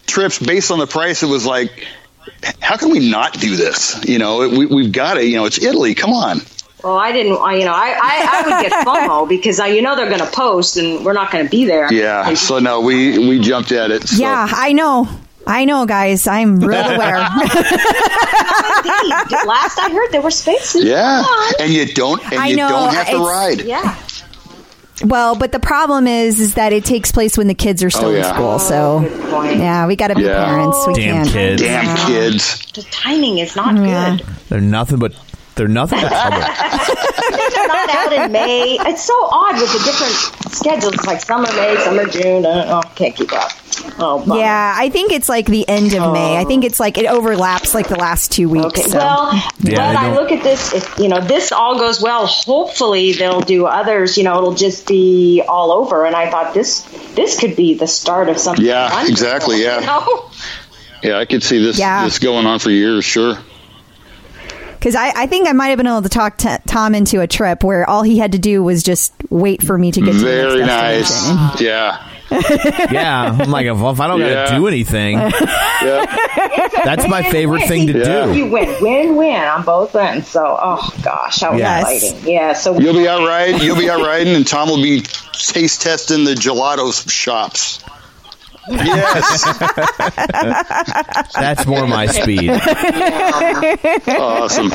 Speaker 6: trips based on the price. It was like. How can we not do this? You know, it, we, we've got to. You know, it's Italy. Come on.
Speaker 9: Well, oh, I didn't. I, you know, I, I, I would get FOMO because I, you know they're going to post and we're not going to be there.
Speaker 6: Yeah. So no, we we jumped at it. so.
Speaker 2: Yeah, I know. I know, guys. I'm real aware.
Speaker 9: Indeed. Last I heard, there were spaces.
Speaker 6: Yeah,
Speaker 9: Come on.
Speaker 6: and you don't, and
Speaker 2: I
Speaker 6: you
Speaker 2: know,
Speaker 6: don't have to
Speaker 2: it's-
Speaker 6: ride.
Speaker 9: Yeah.
Speaker 2: well, but the problem is, is that it takes place when the kids are still
Speaker 6: Oh,
Speaker 2: in
Speaker 6: yeah.
Speaker 2: school. So,
Speaker 9: Good point.
Speaker 2: yeah, we got to be
Speaker 6: Yeah.
Speaker 2: parents. We
Speaker 3: Damn
Speaker 2: can't.
Speaker 3: kids.
Speaker 6: Damn kids!
Speaker 9: The timing is not good.
Speaker 3: They're nothing but they're nothing but trouble.
Speaker 9: They're not out in May. It's so odd with the different schedules. It's like summer May, summer June. I don't know. Can't keep up. Oh, bummer.
Speaker 2: Yeah, I think it's like the end of May. I think it's like it overlaps like the last two weeks.
Speaker 9: Okay.
Speaker 2: so.
Speaker 9: Well,
Speaker 3: Yeah,
Speaker 9: when
Speaker 3: I
Speaker 9: I
Speaker 3: don't-
Speaker 9: look at this, if you know this all goes well, hopefully they'll do others. You know, it'll just be all over. And I thought this this could be the start of something.
Speaker 6: Yeah,
Speaker 9: wonderful,
Speaker 6: exactly, yeah.
Speaker 9: you know?
Speaker 6: Yeah, I could see this
Speaker 2: Yeah.
Speaker 6: this going on for years. Sure.
Speaker 2: Because I, I think I might have been able to talk t- Tom into a trip where all he had to do was just wait for me to get to the next
Speaker 6: Very nice.
Speaker 2: destination.
Speaker 6: Yeah.
Speaker 3: yeah, I'm like well, if I don't
Speaker 6: Yeah.
Speaker 3: gotta do anything, that's my favorite thing to
Speaker 6: Yeah.
Speaker 3: do.
Speaker 9: You win, win, win on both ends. So, oh gosh, how
Speaker 2: Yes.
Speaker 9: exciting! Yeah. So
Speaker 6: You'll be out riding. You'll be out riding, and Tom will be taste testing the gelato shops. Yes.
Speaker 3: That's more my speed.
Speaker 6: awesome.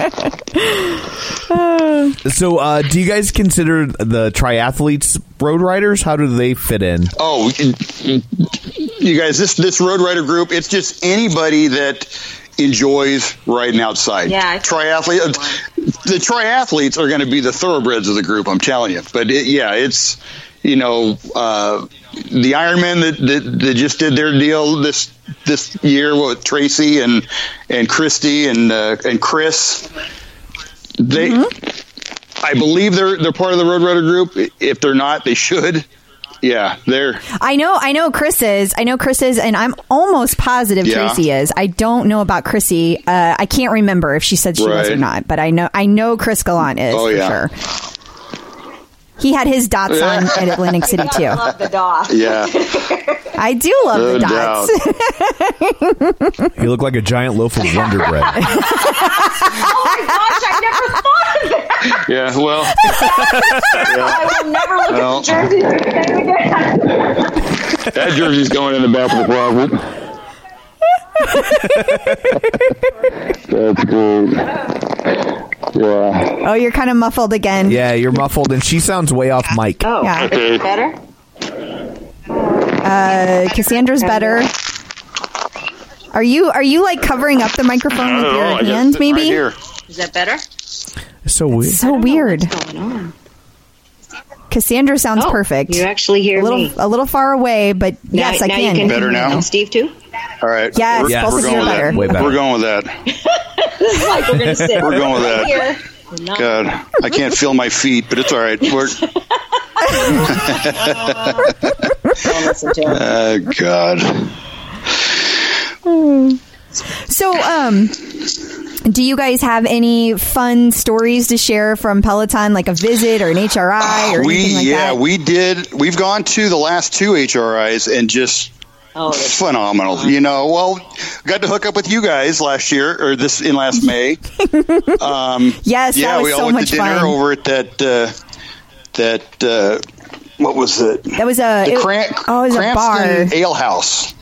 Speaker 3: So, uh, do you guys consider the triathletes road riders? How do they fit in?
Speaker 6: Oh, you guys, this this Road Rider group, it's just anybody that enjoys riding outside.
Speaker 9: Yeah, I-
Speaker 6: triathlete. uh, The triathletes are going to be the thoroughbreds of the group. I'm telling you. But it, yeah, it's you know uh, the Ironman that, that that just did their deal this this year with Tracy and and Christy and uh, and Chris. They.
Speaker 9: Mm-hmm.
Speaker 6: I believe they're they're part of the Road Rider group. If they're not, they should. Yeah, they're
Speaker 2: I know, I know Chris is. I know Chris is, and I'm almost positive
Speaker 6: Yeah.
Speaker 2: Tracy is. I don't know about Chrissy. Uh, I can't remember if she said she was or
Speaker 6: Right.
Speaker 2: not, but I know, I know Chris Gallant is
Speaker 6: Oh,
Speaker 2: for
Speaker 6: yeah.
Speaker 2: sure. He had his dots on at Atlantic City too.
Speaker 9: I love the dog.
Speaker 6: yeah.
Speaker 2: I do love the
Speaker 6: No
Speaker 2: dots.
Speaker 3: You look like a giant loaf of Wonder Bread.
Speaker 9: Oh my gosh, I never thought of that.
Speaker 6: Yeah, well,
Speaker 9: I will never look
Speaker 6: Well.
Speaker 9: at the jerseys again.
Speaker 6: that jersey's going in the back of the closet.
Speaker 8: That's great. Yeah.
Speaker 2: oh, you're kind of muffled again.
Speaker 3: yeah, you're muffled, and she sounds way off mic.
Speaker 9: Oh,
Speaker 2: Yeah.
Speaker 9: is it better?
Speaker 2: Uh, Cassandra's better. Are you are you like covering up the microphone
Speaker 6: Oh,
Speaker 2: with your hand? Maybe
Speaker 9: Is that better?
Speaker 3: So weird.
Speaker 2: so weird.
Speaker 9: Going on. Oh,
Speaker 2: Cassandra sounds perfect.
Speaker 9: You actually hear
Speaker 2: A little
Speaker 9: me?
Speaker 2: a little far away, but
Speaker 9: Now-
Speaker 2: yes, I
Speaker 9: now you
Speaker 2: can.
Speaker 9: can
Speaker 6: Better now?
Speaker 9: And Steve too.
Speaker 6: All right.
Speaker 2: Yes,
Speaker 3: Yes.
Speaker 2: both of you are
Speaker 6: with
Speaker 2: better.
Speaker 6: that.
Speaker 3: Way better.
Speaker 6: We're going with that.
Speaker 9: This is like we're gonna sit.
Speaker 6: We're going with that.
Speaker 9: Here. We're not-
Speaker 6: God, I can't feel my feet, but it's all right. We're,
Speaker 9: Don't listen to him.
Speaker 6: uh, God.
Speaker 2: So, um, do you guys have any fun stories to share from Peloton, like a visit or an HRI or
Speaker 6: We,
Speaker 2: anything like
Speaker 6: yeah,
Speaker 2: that?
Speaker 6: we did. We've gone to the last two HRIs and just
Speaker 9: Oh, that's-
Speaker 6: phenomenal. You know, well, got to hook up with you guys last year or this in last May.
Speaker 2: yes,
Speaker 6: yeah,
Speaker 2: that was
Speaker 6: we all
Speaker 2: so
Speaker 6: went
Speaker 2: much
Speaker 6: to dinner
Speaker 2: fun.
Speaker 6: over at that, uh, that, uh, what was it?
Speaker 2: that was a
Speaker 6: the
Speaker 2: it-
Speaker 6: Cran-
Speaker 2: oh, it was a bar.
Speaker 6: Cranston Ale House.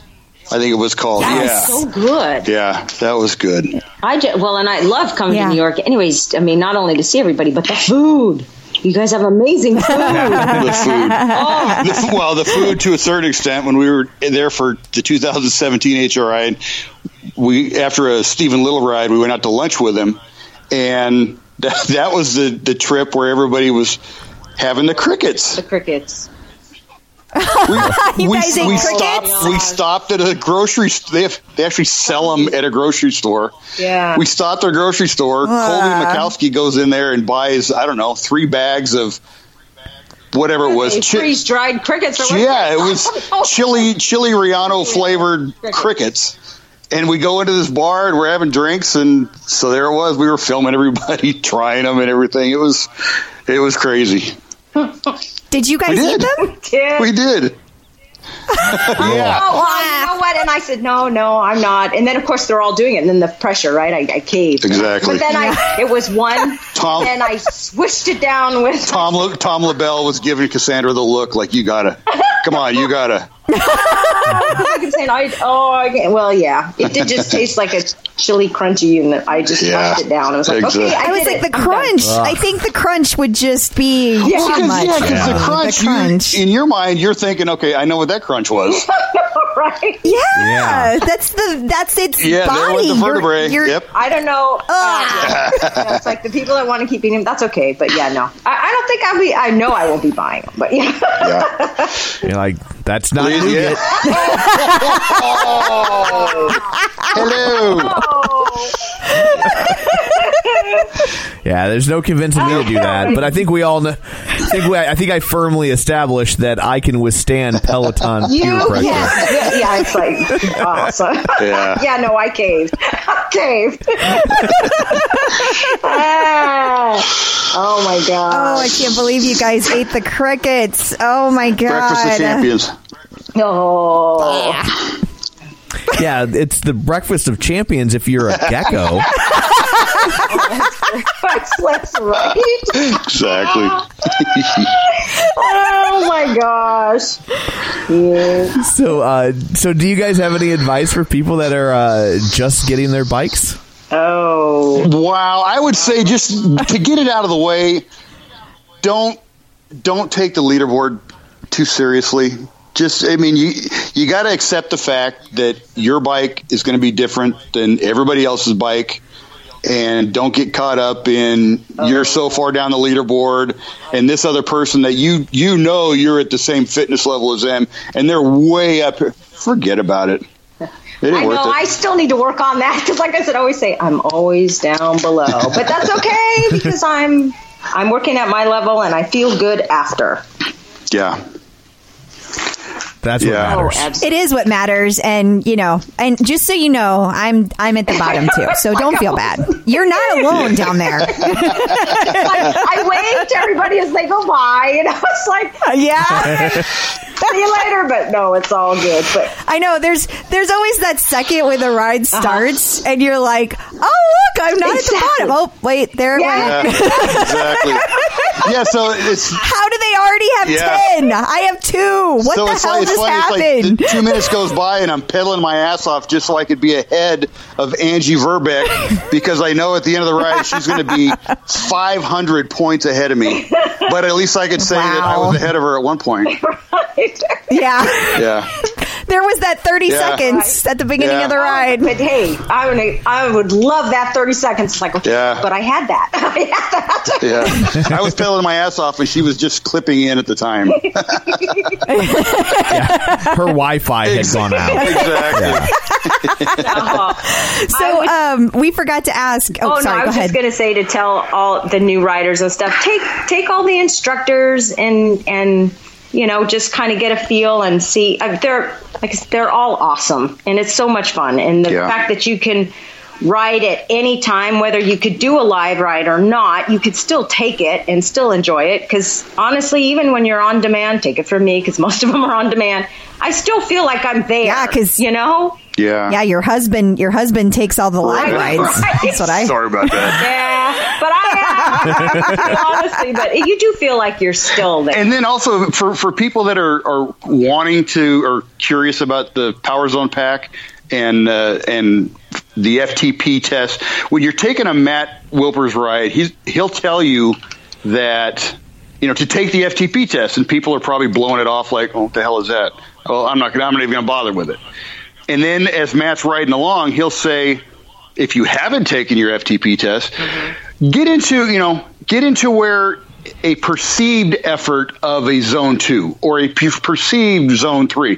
Speaker 6: I think it was called.
Speaker 9: that's
Speaker 6: yeah.
Speaker 9: so good.
Speaker 6: yeah, that was good.
Speaker 9: I ju- well, and I love coming
Speaker 2: Yeah.
Speaker 9: to New York. Anyways, I mean, not only to see everybody, but the food. you guys have amazing food.
Speaker 6: the food. The f- well, the food to a certain extent. When we were there for the 2017 HRI, we after a Stephen Little ride, we went out to lunch with him, and that, that was the the trip where everybody was having the crickets.
Speaker 9: the crickets.
Speaker 2: You
Speaker 6: we,
Speaker 2: guys ate
Speaker 6: we
Speaker 2: crickets?
Speaker 6: Stopped, we stopped at a grocery store. They, have, they actually sell them at a grocery store.
Speaker 9: Yeah.
Speaker 6: We stopped at a grocery store. Colby Mikowski goes in there and buys, I don't know, three bags of whatever it was. chi-
Speaker 9: Freeze dried crickets. Oh, Or whatever.
Speaker 6: yeah, it was chili, chili Riano flavored crickets. And we go into this bar and we're having drinks, and so there it was. We were filming everybody trying them and everything. It was, it was crazy.
Speaker 2: Did you guys
Speaker 6: We
Speaker 2: eat
Speaker 6: did.
Speaker 2: them?
Speaker 9: Yeah.
Speaker 6: We did. yeah.
Speaker 9: Oh, well, you know what? And I said, no, no, I'm not. And then, of course, they're all doing it. And then the pressure, right? I, I caved.
Speaker 6: Exactly. Oh.
Speaker 9: But then I, it was one.
Speaker 6: Tom-
Speaker 9: And I swished it down with.
Speaker 6: Tom Le- Tom LaBelle was giving Cassandra the look like you gotta, come on, you gotta.
Speaker 9: I kept saying, I, oh, I can't. well, yeah. It did just taste like a chili crunchy, and I just
Speaker 6: Yeah.
Speaker 9: slushed it down. I was like,
Speaker 6: Exactly.
Speaker 9: okay, I,
Speaker 2: I was
Speaker 9: did
Speaker 2: like
Speaker 9: it.
Speaker 2: the
Speaker 9: I'm done.
Speaker 2: crunch. I think the crunch would just be
Speaker 9: Well,
Speaker 2: too
Speaker 6: 'cause-
Speaker 2: much.
Speaker 6: Ah. yeah, 'cause
Speaker 2: for me.
Speaker 6: the crunch, you-
Speaker 2: crunch.
Speaker 6: in your mind, you're thinking, okay, I know what that crunch was.
Speaker 9: right?
Speaker 2: Yeah,
Speaker 3: Yeah.
Speaker 2: that's the that's its
Speaker 6: Yeah,
Speaker 2: body.
Speaker 6: there was the
Speaker 2: You're-
Speaker 6: vertebrae.
Speaker 2: you're-
Speaker 6: yep.
Speaker 9: I don't know. Uh, yeah. It's like the people that want to keep eating them, that's okay. But yeah, no. I, I don't think I'll be, I know I won't be buying them. But yeah.
Speaker 6: Yeah.
Speaker 3: You're like, that's not
Speaker 6: Yeah.
Speaker 3: nougat.
Speaker 6: Oh! Hello.
Speaker 9: Oh,
Speaker 3: Yeah, there's no convincing me to do that. But I think we all know. I think, we, I think I firmly established that I can withstand Peloton peer pressure.
Speaker 9: yeah. yeah. Yeah, it's like awesome.
Speaker 6: Yeah.
Speaker 9: yeah, no, I caved. I caved. Ah. oh my
Speaker 2: Oh, I
Speaker 9: god.
Speaker 2: can't believe you guys ate the crickets. Oh my
Speaker 6: Breakfast of
Speaker 2: god.
Speaker 6: Champions.
Speaker 9: No.
Speaker 3: Yeah, it's the breakfast of champions if you're a gecko.
Speaker 9: That's right.
Speaker 6: Exactly.
Speaker 9: Oh my gosh. Yeah.
Speaker 3: so, uh, so do you guys have any advice for people that are uh, just getting their bikes?
Speaker 9: Oh.
Speaker 6: Wow. I would say just to get it out of the way, don't don't take the leaderboard too seriously. Just I mean you you got to accept the fact that your bike is going to be different than everybody else's bike and don't get caught up in you're so far down the leaderboard and this other person that you you know you're at the same fitness level as them and they're way up here. forget about it. It ain't
Speaker 9: I
Speaker 6: worth
Speaker 9: know.
Speaker 6: it.
Speaker 9: I still need to work on that because, like I said, I always say I'm always down below, but that's okay because I'm I'm working at my level and I feel good after.
Speaker 6: yeah.
Speaker 3: That's what
Speaker 6: Yeah.
Speaker 9: Oh,
Speaker 3: matters.
Speaker 9: absolutely.
Speaker 2: It is what matters, and you know, and just so you know, I'm I'm at the bottom too,
Speaker 9: Oh
Speaker 2: so don't feel bad. You're not alone down there.
Speaker 9: I wave to everybody as they go by, and I was like,
Speaker 2: yeah,
Speaker 9: "See you later," but no, it's all good. But
Speaker 2: I know. There's there's always that second when the ride
Speaker 9: Uh-huh.
Speaker 2: starts, and you're like, oh look, I'm not
Speaker 9: Exactly.
Speaker 2: at the bottom. Oh wait, there. it
Speaker 9: Yeah.
Speaker 2: went.
Speaker 6: Yeah, exactly. Yeah, so it's
Speaker 2: How do they already have
Speaker 6: Yeah.
Speaker 2: ten? I have two. What
Speaker 6: so
Speaker 2: the
Speaker 6: it's
Speaker 2: hell
Speaker 6: like, it's
Speaker 2: just
Speaker 6: funny. It's
Speaker 2: happened?
Speaker 6: like the two minutes goes by and I'm pedaling my ass off just so I could be ahead of Angie Verbeck because I know at the end of the ride she's going to be 500 points ahead of me. But at least I could say that I
Speaker 2: Wow.
Speaker 6: was ahead of her at one point.
Speaker 2: yeah.
Speaker 6: Yeah,
Speaker 2: There was that 30
Speaker 6: Yeah.
Speaker 2: seconds at the beginning
Speaker 6: Yeah.
Speaker 2: of the ride.
Speaker 9: but hey, I would I would love that thirty seconds. It's like, okay,
Speaker 6: Yeah.
Speaker 9: but I had that. I had that.
Speaker 6: yeah. I was pedaling my ass off and she was just clipping in at the time.
Speaker 3: Her Wi-Fi had gone out.
Speaker 6: exactly.
Speaker 2: So um, we forgot to ask. Oh,
Speaker 9: Oh, no,
Speaker 2: sorry,
Speaker 9: I
Speaker 2: go
Speaker 9: was
Speaker 2: ahead.
Speaker 9: just going to say to tell all the new riders and stuff take take all the instructors and and you know just kind of get a feel and see uh, they're like I said, they're all awesome and it's so much fun and the
Speaker 6: Yeah.
Speaker 9: fact that you can ride at any time whether you could do a live ride or not you could still take it and still enjoy it because honestly even when you're on demand take it from me because most of them are on demand i still feel like i'm there
Speaker 2: Yeah, 'cause-
Speaker 9: you know
Speaker 6: Yeah.
Speaker 2: yeah, your husband, your husband takes all the live
Speaker 9: Right,
Speaker 2: rides.
Speaker 9: right.
Speaker 2: That's what I.
Speaker 6: Sorry about that.
Speaker 9: Yeah, but I honestly, but you do feel like you're still there.
Speaker 6: And then also for, for people that are, are wanting to or curious about the Power Zone pack and uh, and the FTP test, when you're taking a Matt Wilpers ride, he's, he'll tell you that you know, to take the FTP test, and people are probably blowing it off like, "Oh, what the hell is that? Oh, I'm not gonna, I'm not even gonna bother with it." And then as Matt's riding along, he'll say, "If you haven't taken your FTP test, get into you know, get into where a perceived effort of a zone two or a per- perceived zone three."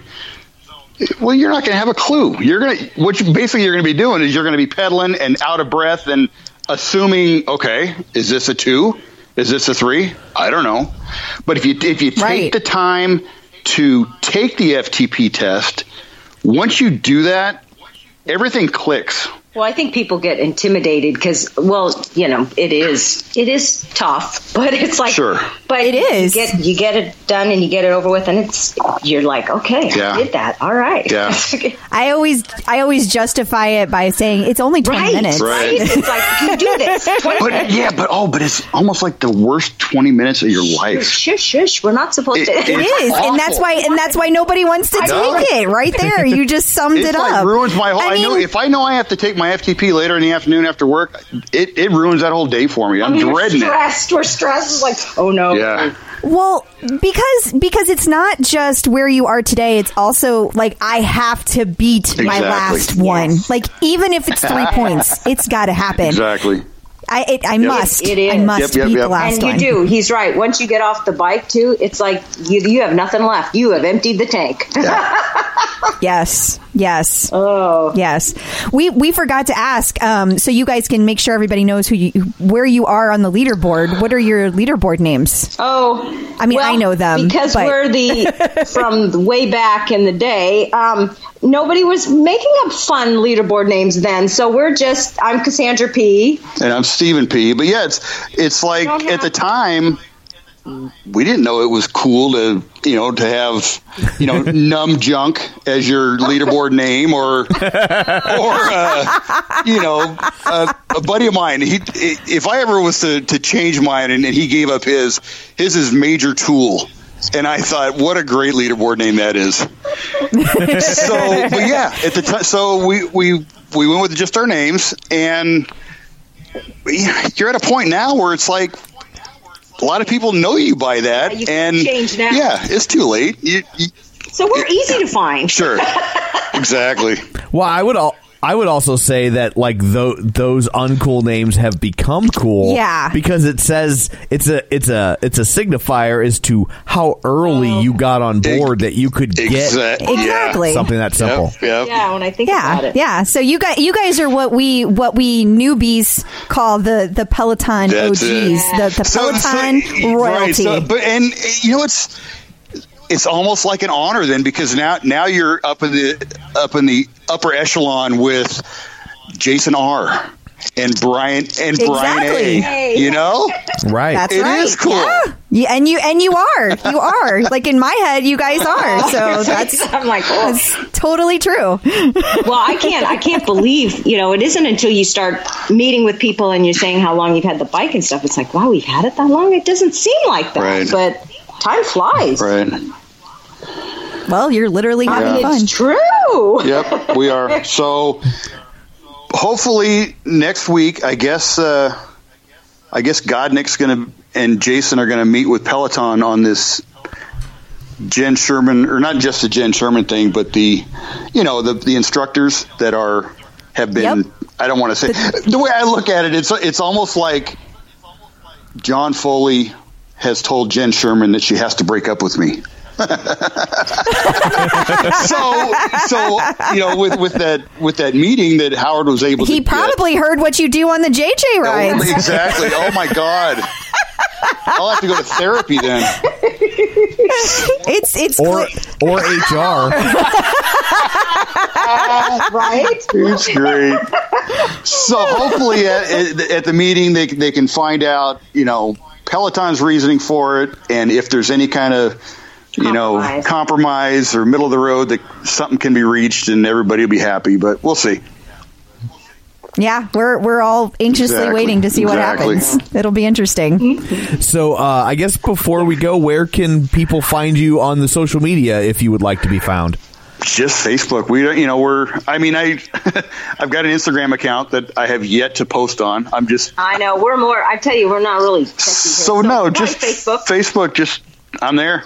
Speaker 6: Well, you're not going to have a clue. You're going to what you, basically you're going to be doing is you're going to be pedaling and out of breath and assuming, okay, is this a two? Is this a three? I don't know. But if you if you take the time to take the FTP test, once you do that, everything clicks.
Speaker 9: Well, I think people get intimidated because, well, you know, it is it is tough, but it's like,
Speaker 6: Sure.
Speaker 9: but it is. You get, you get it done and you get it over with, and it's you're like, okay,
Speaker 2: Yeah.
Speaker 9: I did that. All right.
Speaker 2: Yeah. I always I always justify it by saying it's only twenty minutes.
Speaker 6: Right.
Speaker 9: it's like you do this. 20
Speaker 6: But yeah, but oh, but it's almost like the worst twenty minutes of your life.
Speaker 9: Shush, shush. We're not supposed
Speaker 6: It-
Speaker 9: to.
Speaker 6: it-
Speaker 2: It is, and that's why, and that's why nobody wants to
Speaker 6: No.
Speaker 2: take it. Right there, you just summed
Speaker 6: It's
Speaker 2: it
Speaker 6: like
Speaker 2: up.
Speaker 6: ruins my whole. I, know if I know I have to take my FTP later in the afternoon after work, it, it ruins that whole day for me. I'm
Speaker 9: we're
Speaker 6: dreading it.
Speaker 9: stressed. We're stressed. It's like, oh no.
Speaker 6: Yeah.
Speaker 2: Well, because because it's not just where you are today. It's also like I have to beat my
Speaker 6: Exactly.
Speaker 2: last one. Like even if it's three points, it's got to happen.
Speaker 6: Exactly.
Speaker 2: I it, I
Speaker 6: Yep.
Speaker 2: must.
Speaker 9: It is.
Speaker 2: I must beat the last
Speaker 9: and
Speaker 2: one.
Speaker 9: you do. He's right. Once you get off the bike, too, it's like you, you have nothing left. You have emptied the tank.
Speaker 2: Yes. Yes. Oh. Yes. We we forgot to ask. Um, so you guys can make sure everybody knows who you where you are on the leaderboard. What are your leaderboard names?
Speaker 9: Oh,
Speaker 2: I mean, I know them
Speaker 9: because
Speaker 2: but-
Speaker 9: we're the from the way back in the day. Um, nobody was making up fun leaderboard names then, so we're just. I'm Cassandra P.
Speaker 6: And I'm Stephen P. But yeah, it's it's like at the time we didn't know it was cool to you know to have you know numb junk as your leaderboard name or or uh, you know uh, a buddy of mine he if I ever was to, to change mine and, and he gave up his his is major tool and I thought what a great leaderboard name that is so, but yeah, at the time, so we we we went with just our names, and you're at a point now where it's like a lot of people know you by that,
Speaker 9: You can
Speaker 6: and
Speaker 9: change now.
Speaker 6: yeah, it's too late. You, you,
Speaker 9: So we're easy to find.
Speaker 6: Sure. exactly.
Speaker 3: Well, I would al- I would also say that like tho- those uncool names have become cool.
Speaker 2: Yeah.
Speaker 3: because it says it's a it's a it's a signifier as to how early you got on board that you could get
Speaker 2: Exac- yeah. Exactly.
Speaker 3: something that simple.
Speaker 9: Yeah, when I think about
Speaker 2: Yeah,
Speaker 9: it.
Speaker 2: yeah. So you guys, you guys are what we what we newbies call the the Peloton
Speaker 6: That's
Speaker 2: OGs, Oh, the, the Peloton royalty.
Speaker 6: Right. So, but and uh, you know it's it's almost like an honor then because now now you're up in the up in the upper echelon with Jason R. And Brian and
Speaker 2: Exactly.
Speaker 6: Brian A. You know,
Speaker 3: right?
Speaker 2: That's
Speaker 6: It
Speaker 2: right.
Speaker 6: is cool.
Speaker 2: Yeah. Yeah, and you and you are you are like in my head, you guys are. So that's
Speaker 9: I'm like, oh.
Speaker 2: that's totally true.
Speaker 9: well, I can't. I can't believe you know. It isn't until you start meeting with people and you're saying how long you've had the bike and stuff. It's like, wow, we've had it that long. It doesn't seem like that,
Speaker 6: Right.
Speaker 9: but time flies.
Speaker 6: Right.
Speaker 2: Well, you're literally
Speaker 9: I
Speaker 6: having
Speaker 9: mean,
Speaker 6: fun.
Speaker 9: it's true.
Speaker 6: Yep, we are. So hopefully next week, I guess, uh, I guess Godnick's going to and Jason are going to meet with Peloton on this Jen Sherman, or not just the Jen Sherman thing, but the, you know, the the instructors that are have been. I don't want to say the way I look at it. It's it's almost like John Foley has told Jen Sherman that she has to break up with me. so so you know with with that with that meeting that Howard was able
Speaker 2: He
Speaker 6: to get- Oh,
Speaker 2: probably heard what you do on the JJ rides.
Speaker 6: exactly oh my god I'll have to go to therapy then
Speaker 2: It's it's
Speaker 3: or or HR
Speaker 9: right?
Speaker 6: it's great so hopefully at, at the meeting they they can find out you know Peloton's reasoning for it and if there's any kind of you know
Speaker 9: Compromise.
Speaker 6: compromise or middle of the road that something can be reached and everybody will be happy but we'll see
Speaker 2: Yeah, we're we're all anxiously
Speaker 6: Exactly.
Speaker 2: waiting to see
Speaker 6: Exactly.
Speaker 2: what
Speaker 10: Mm-hmm.
Speaker 2: happens. It'll be
Speaker 9: Mm-hmm.
Speaker 2: interesting.
Speaker 3: So uh, I guess before we go, where can people find you on the social media if you would like to be found?
Speaker 10: just Facebook. We don't, you know, we're. I mean, I, I've got an Instagram account that I have yet to post on. I'm just
Speaker 9: I know we're more. I tell you, we're not really. techie here,
Speaker 10: so, no, just
Speaker 9: probably Facebook.
Speaker 10: Facebook. Just I'm there.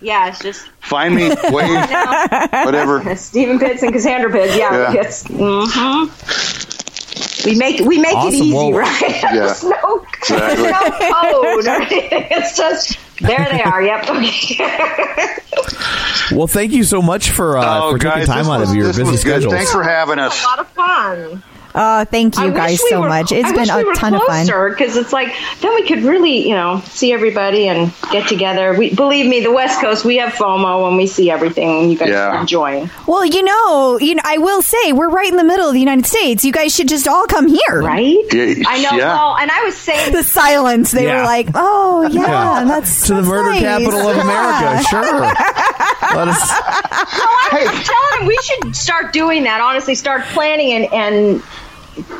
Speaker 9: Yeah, it's just
Speaker 10: Find me, wave, whatever.
Speaker 9: Stephen Pitts and Cassandra Pitts. Yeah,
Speaker 10: Yeah.
Speaker 9: it's hmm we make we make
Speaker 10: Awesome.
Speaker 9: it easy,
Speaker 10: Well,
Speaker 9: right?
Speaker 10: yeah.
Speaker 9: There's no,
Speaker 10: Exactly.
Speaker 9: there's no code or anything. It's just there they are. Yep. Okay.
Speaker 3: Well, thank you so much for uh,
Speaker 10: Oh,
Speaker 6: Oh,
Speaker 3: for taking time out of your busy schedules.
Speaker 10: Thanks for having us.
Speaker 9: a lot of fun.
Speaker 2: Oh, thank you
Speaker 9: I
Speaker 2: guys
Speaker 9: wish we
Speaker 2: so
Speaker 9: were-
Speaker 2: much. It's
Speaker 9: I
Speaker 2: been
Speaker 9: wish
Speaker 2: a
Speaker 9: we were
Speaker 2: ton of fun.
Speaker 9: closer, because it's like then we could really you know see everybody and get together. We believe me, the West Coast we have FOMO when we see everything and you guys
Speaker 10: Yeah.
Speaker 9: are enjoying.
Speaker 2: Well, you know, you know, I will say we're right in the middle of the United States. You guys should just all come here,
Speaker 9: right?
Speaker 10: Yeah,
Speaker 9: I know.
Speaker 3: yeah.
Speaker 9: Well, and I was saying
Speaker 2: The silence. They
Speaker 3: Yeah.
Speaker 2: were like, "Oh yeah, that's
Speaker 3: to the
Speaker 2: that's
Speaker 3: murder
Speaker 2: nice.
Speaker 3: capital of
Speaker 2: Yeah.
Speaker 3: America. Sure, let us.
Speaker 9: Oh, I was telling him we should start doing that. Honestly, start planning and and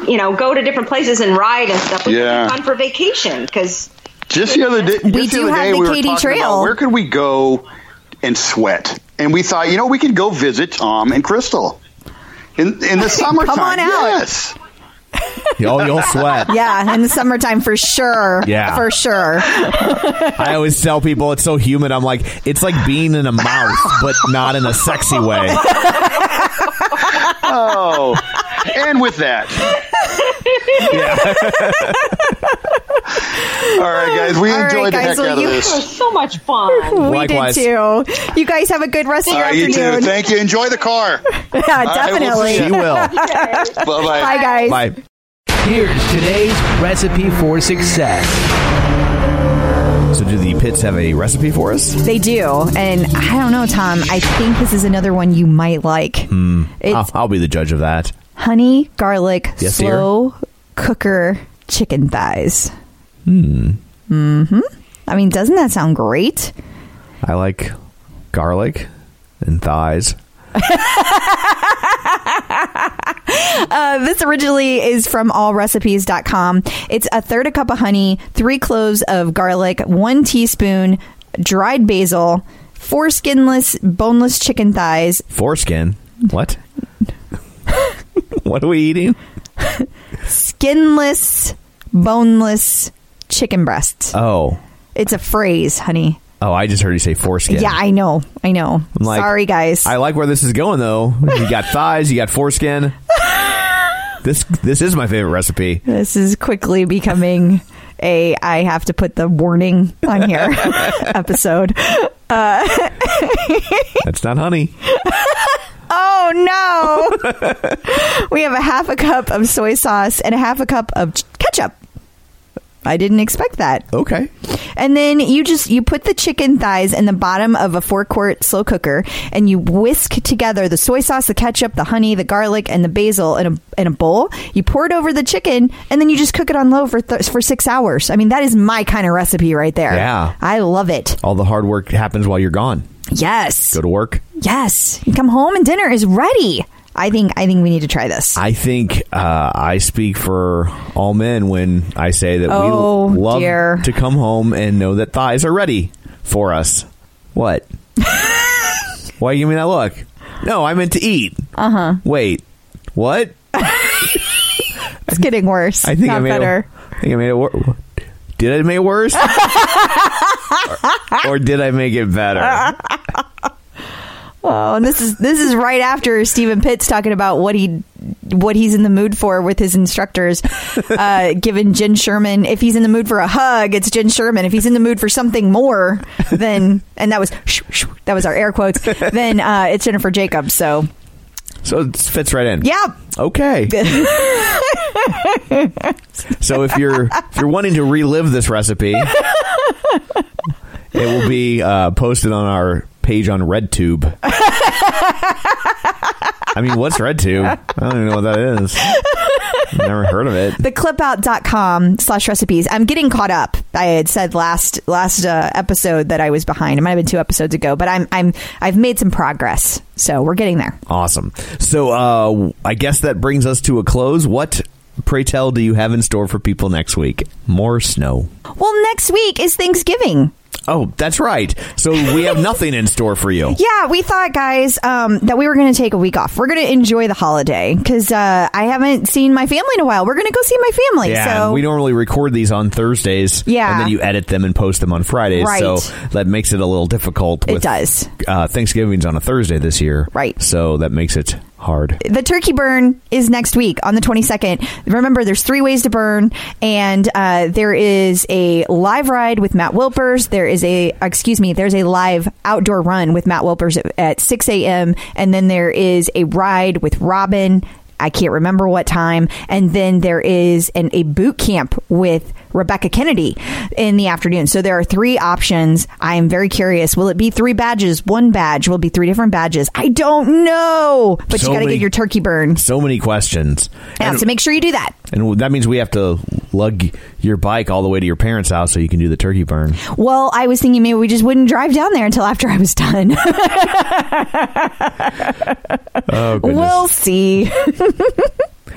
Speaker 9: you know go to different places and ride and stuff. It would be
Speaker 10: Yeah.
Speaker 9: fun for vacation because
Speaker 10: Just the other day,
Speaker 2: We
Speaker 10: just
Speaker 2: do
Speaker 10: the other
Speaker 2: have
Speaker 10: day,
Speaker 2: the
Speaker 10: we were
Speaker 2: Katy
Speaker 10: talking
Speaker 2: Trail.
Speaker 10: about where could we go and sweat, and we thought, you know, we could go visit Tom and Crystal in in the summertime.
Speaker 2: on out.
Speaker 10: Yes.
Speaker 3: Oh, you'll sweat.
Speaker 2: Yeah, in the summertime for sure.
Speaker 3: Yeah.
Speaker 2: for sure.
Speaker 3: I always tell people it's so humid. I'm like, it's like being in a mouth, but not in a sexy way.
Speaker 10: Oh, and with that. All right, guys, we
Speaker 2: All right,
Speaker 10: enjoyed
Speaker 2: guys,
Speaker 10: the heck out
Speaker 2: well,
Speaker 10: of
Speaker 2: you-
Speaker 10: this.
Speaker 9: so much fun.
Speaker 2: We
Speaker 3: Likewise.
Speaker 2: did too. You guys have a good rest of
Speaker 10: All
Speaker 2: your
Speaker 10: right, you too.
Speaker 2: afternoon.
Speaker 10: Thank you. Enjoy the car.
Speaker 2: yeah,
Speaker 10: right, we'll
Speaker 2: definitely.
Speaker 10: see
Speaker 3: She will.
Speaker 10: Bye bye.
Speaker 2: Bye, guys.
Speaker 3: Bye.
Speaker 5: Here's today's recipe for success.
Speaker 3: So, do the pits have a recipe for us?
Speaker 2: They do, and I don't know, Tom. I think this is another one you might like. It's
Speaker 3: I'll, I'll be the judge of that.
Speaker 2: honey garlic
Speaker 3: Yes, dear.
Speaker 2: slow cooker chicken thighs. Hmm. Hmm. I mean, doesn't that sound great?
Speaker 3: I like garlic and thighs.
Speaker 2: Uh, this originally is from allrecipes.com. It's a third a cup of honey, three cloves of garlic, one teaspoon dried basil, four skinless, boneless chicken thighs,
Speaker 3: Foreskin. What? what are we eating?
Speaker 2: skinless, boneless chicken breasts.
Speaker 3: Oh,
Speaker 2: It's a phrase, honey.
Speaker 3: oh! I just heard you say foreskin.
Speaker 2: Yeah, I know. I know.
Speaker 3: I'm like,
Speaker 2: Sorry, guys.
Speaker 3: I like where this is going, though. You got thighs. You got foreskin. This this is my favorite recipe.
Speaker 2: This is quickly becoming a I have to put the warning on here episode.
Speaker 3: That's not honey.
Speaker 2: Oh no! we have a half a cup of soy sauce and a half a cup of ch- ketchup. I didn't expect that.
Speaker 3: Okay.
Speaker 2: And then you just you put the chicken thighs in the bottom of a four quart slow cooker, and you whisk together the soy sauce, the ketchup, the honey, the garlic, and the basil in a in a bowl. You pour it over the chicken, and then you just cook it on low for th- for six hours. I mean, that is my kind of recipe right there.
Speaker 3: Yeah.
Speaker 2: I love it.
Speaker 3: All the hard work happens while you're gone.
Speaker 2: Yes,
Speaker 3: Go to work.
Speaker 2: yes. You come home and dinner is ready. I think I think we need to try this.
Speaker 3: I think uh, I speak for all men when I say that
Speaker 2: Oh,
Speaker 3: we love
Speaker 2: dear.
Speaker 3: to come home and know that thighs are ready for us. What? Why you give me that look? No, I meant to eat. Uh
Speaker 2: Uh-huh.
Speaker 3: huh. Wait, what?
Speaker 2: It's getting worse.
Speaker 3: I think
Speaker 2: not
Speaker 3: I made
Speaker 2: better.
Speaker 3: It, I think I made it worse. Did I make it worse, or, or did I make it better?
Speaker 2: Oh, and this is this is right after Stephen Pitts talking about what he what he's in the mood for with his instructors. Uh, given Jen Sherman, if he's in the mood for a hug, it's Jen Sherman. If he's in the mood for something more, then and that was shoo, shoo, that was our air quotes. Then uh, it's Jennifer Jacobs. So
Speaker 3: So it fits right in.
Speaker 2: yeah,
Speaker 3: Okay. so if you're if you're wanting to relive this recipe, it will be uh, posted on our page on RedTube. I mean, what's RedTube? I don't even know what that is. I've Never heard of it.
Speaker 2: the clipout.com slash recipes. I'm getting caught up. I had said last last uh, episode that I was behind. It might have been two episodes ago, but I'm I'm I've made some progress. So we're getting there.
Speaker 3: Awesome. So uh, I guess that brings us to a close. What, pray tell, do you have in store for people next week? More snow.
Speaker 2: Well, next week is Thanksgiving.
Speaker 3: Oh, that's right. So we have nothing in store for you.
Speaker 2: Yeah, we thought, guys, um, that we were going to take a week off. We're going to enjoy the holiday because uh, I haven't seen my family in a while. We're going to go see my family.
Speaker 3: Yeah,
Speaker 2: so
Speaker 3: and we normally record these on Thursdays.
Speaker 2: Yeah.
Speaker 3: and then you edit them and post them on Fridays.
Speaker 2: Right.
Speaker 3: So that makes it a little difficult.
Speaker 2: It
Speaker 3: With,
Speaker 2: does.
Speaker 3: Uh, Thanksgiving's on a Thursday this year,
Speaker 2: Right.
Speaker 3: So that makes it hard.
Speaker 2: the turkey burn is next week on the 22nd. Remember, there's three ways to burn, and uh, there is a live ride with Matt Wilpers. There is a, excuse me, there's a live outdoor run with Matt Wilpers at, at 6 a.m., and then there is a ride with Robin. I can't remember what time. And then there is an, a boot camp with Rebecca Kennedy in the afternoon. So there are three options. I am very curious. Will it be three badges? One badge? Will it be three different badges? I don't know. But
Speaker 3: So
Speaker 2: you got to
Speaker 3: many-
Speaker 2: get your turkey burn.
Speaker 3: So many questions.
Speaker 2: Yeah,
Speaker 3: and,
Speaker 2: so make sure you do that.
Speaker 3: and that means we have to lug your bike all the way to your parents' house so you can do the turkey burn.
Speaker 2: Well, I was thinking maybe we just wouldn't drive down there until after I was done.
Speaker 3: Oh, goodness.
Speaker 2: we'll see.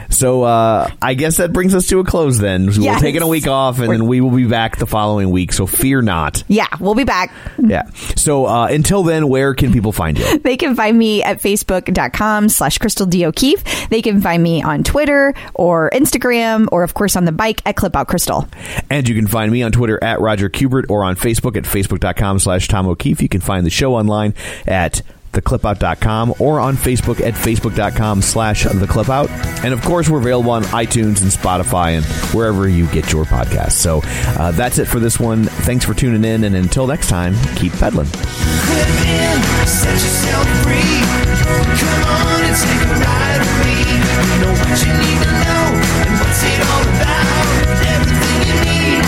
Speaker 3: So uh, I guess that brings us to a close. Then we're
Speaker 2: Yes.
Speaker 3: taking a week off, and then we will be back the following week. So fear not.
Speaker 2: Yeah, we'll be back.
Speaker 3: Yeah. So uh, until then, where can people find you?
Speaker 2: They can find me at facebook.com slash crystal D O'Keefe. They can find me on Twitter or Instagram or, of course, on the bike at Clip Out Crystal.
Speaker 3: And you can find me on Twitter at Roger Kubert or on Facebook at facebook.com slash Tom O'Keefe. You can find the show online at theclipout.com or on Facebook at facebook.com slash theclipout. And of course, we're available on iTunes and Spotify and wherever you get your podcasts. So uh, that's it for this one. Thanks for tuning in. And until next time, keep peddling.
Speaker 1: clip in, set yourself free. Come on and take a ride with me. Know what you need to know and what's it all about. Everything you need,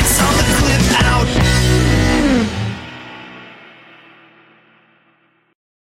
Speaker 1: it's on the clip out.